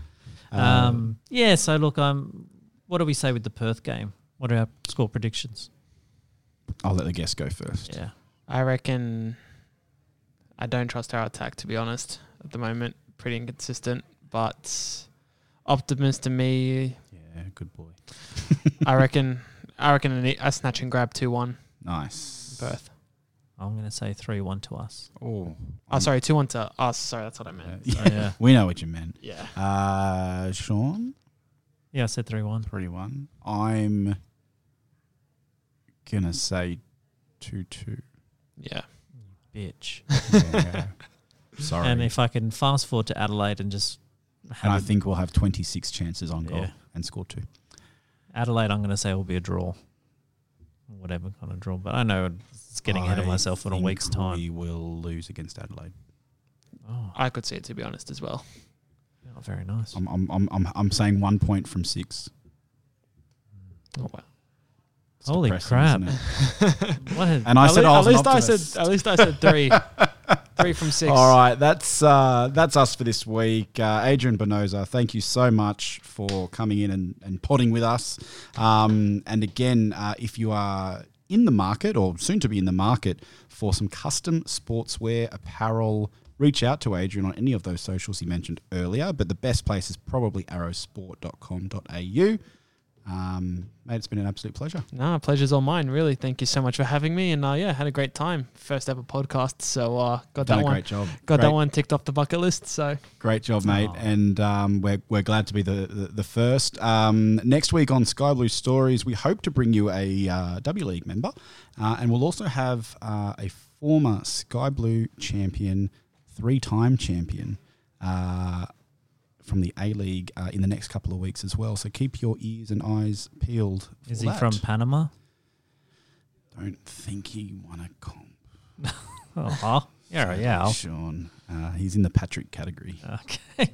C: Um, yeah. So look, um, what do we say with the Perth game? What are our score predictions?
A: I'll let the guests go first.
C: Yeah.
B: I reckon I don't trust our attack to be honest at the moment. Pretty inconsistent, but optimist to me.
A: Yeah, good boy.
B: I reckon. I reckon a ne- a snatch and grab two one
A: Nice.
B: Perth.
C: I'm going to say 3 1 to us.
A: Oh,
B: Oh, sorry, two one to us. Sorry, that's what I
A: Uh,
B: meant.
A: yeah.
C: Yeah.
A: we know what you meant.
B: Yeah.
A: Uh, Sean.
C: Yeah, I said 3 1.
A: Three one. I'm gonna say two two.
B: Yeah.
C: Bitch.
A: Yeah. Sorry.
C: And
A: And,
C: if I can fast forward to Adelaide and just have
A: I
C: a-
A: think we'll have twenty six chances on goal
C: Yeah.
A: and score two.
C: Adelaide, I'm going to say will be a draw. Whatever kind of draw. But I know it's getting ahead of
A: I
C: myself in a
A: think
C: week's time.
A: We will lose against Adelaide.
C: Oh,
B: I could see it to be honest as well.
C: not very nice.
A: I'm I'm I'm I'm, I'm saying one point from six.
B: Oh, wow.
A: It's
C: Holy
A: depressing,
C: crap.
A: isn't it?
C: What a-
A: And I
B: at
A: said "Oh,
B: lea-
A: I was an
B: at least I
A: optimist.
B: said uh, at least I said three, three from six.
A: All right, that's uh, that's us for this week. Uh, Adrian Bonoza, thank you so much for coming in and, and potting with us. Um, and again, uh, if you are in the market or soon to be in the market for some custom sportswear apparel, reach out to Adrian on any of those socials he mentioned earlier. But the best place is probably arrowsport.com.au. Um, mate, it's been an absolute pleasure.
B: No, pleasure's all mine, really. Thank you so much for having me. And uh, yeah, had a great time. First ever podcast. So uh, got
A: Done
B: that
A: a
B: one.
A: great job.
B: Got that
A: Great.
B: one ticked off the bucket list. So
A: Great job, mate.
C: Oh.
A: And um, we're, we're glad to be the, the, the first. Um, next week on Sky Blue Stories, we hope to bring you a uh, W League member. Uh, and we'll also have uh, a former Sky Blue champion, three time champion uh, from the A League uh, in the next couple of weeks as well. So keep your ears and eyes peeled. for
C: Is he
A: that.
C: from Panama?
A: Don't think he won a comp.
C: Oh, huh. yeah, right, yeah.
A: Sean. Uh, he's in the Patrick category.
C: Okay.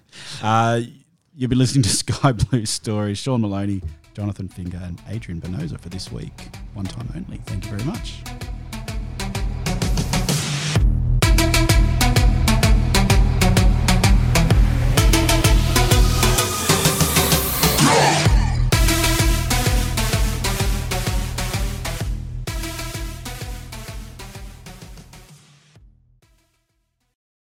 A: Uh, you've been listening to Sky Blue Stories. Sean Maloney, Jonathan Finger, and Adrian Benoza for this week. One time only. Thank you very much.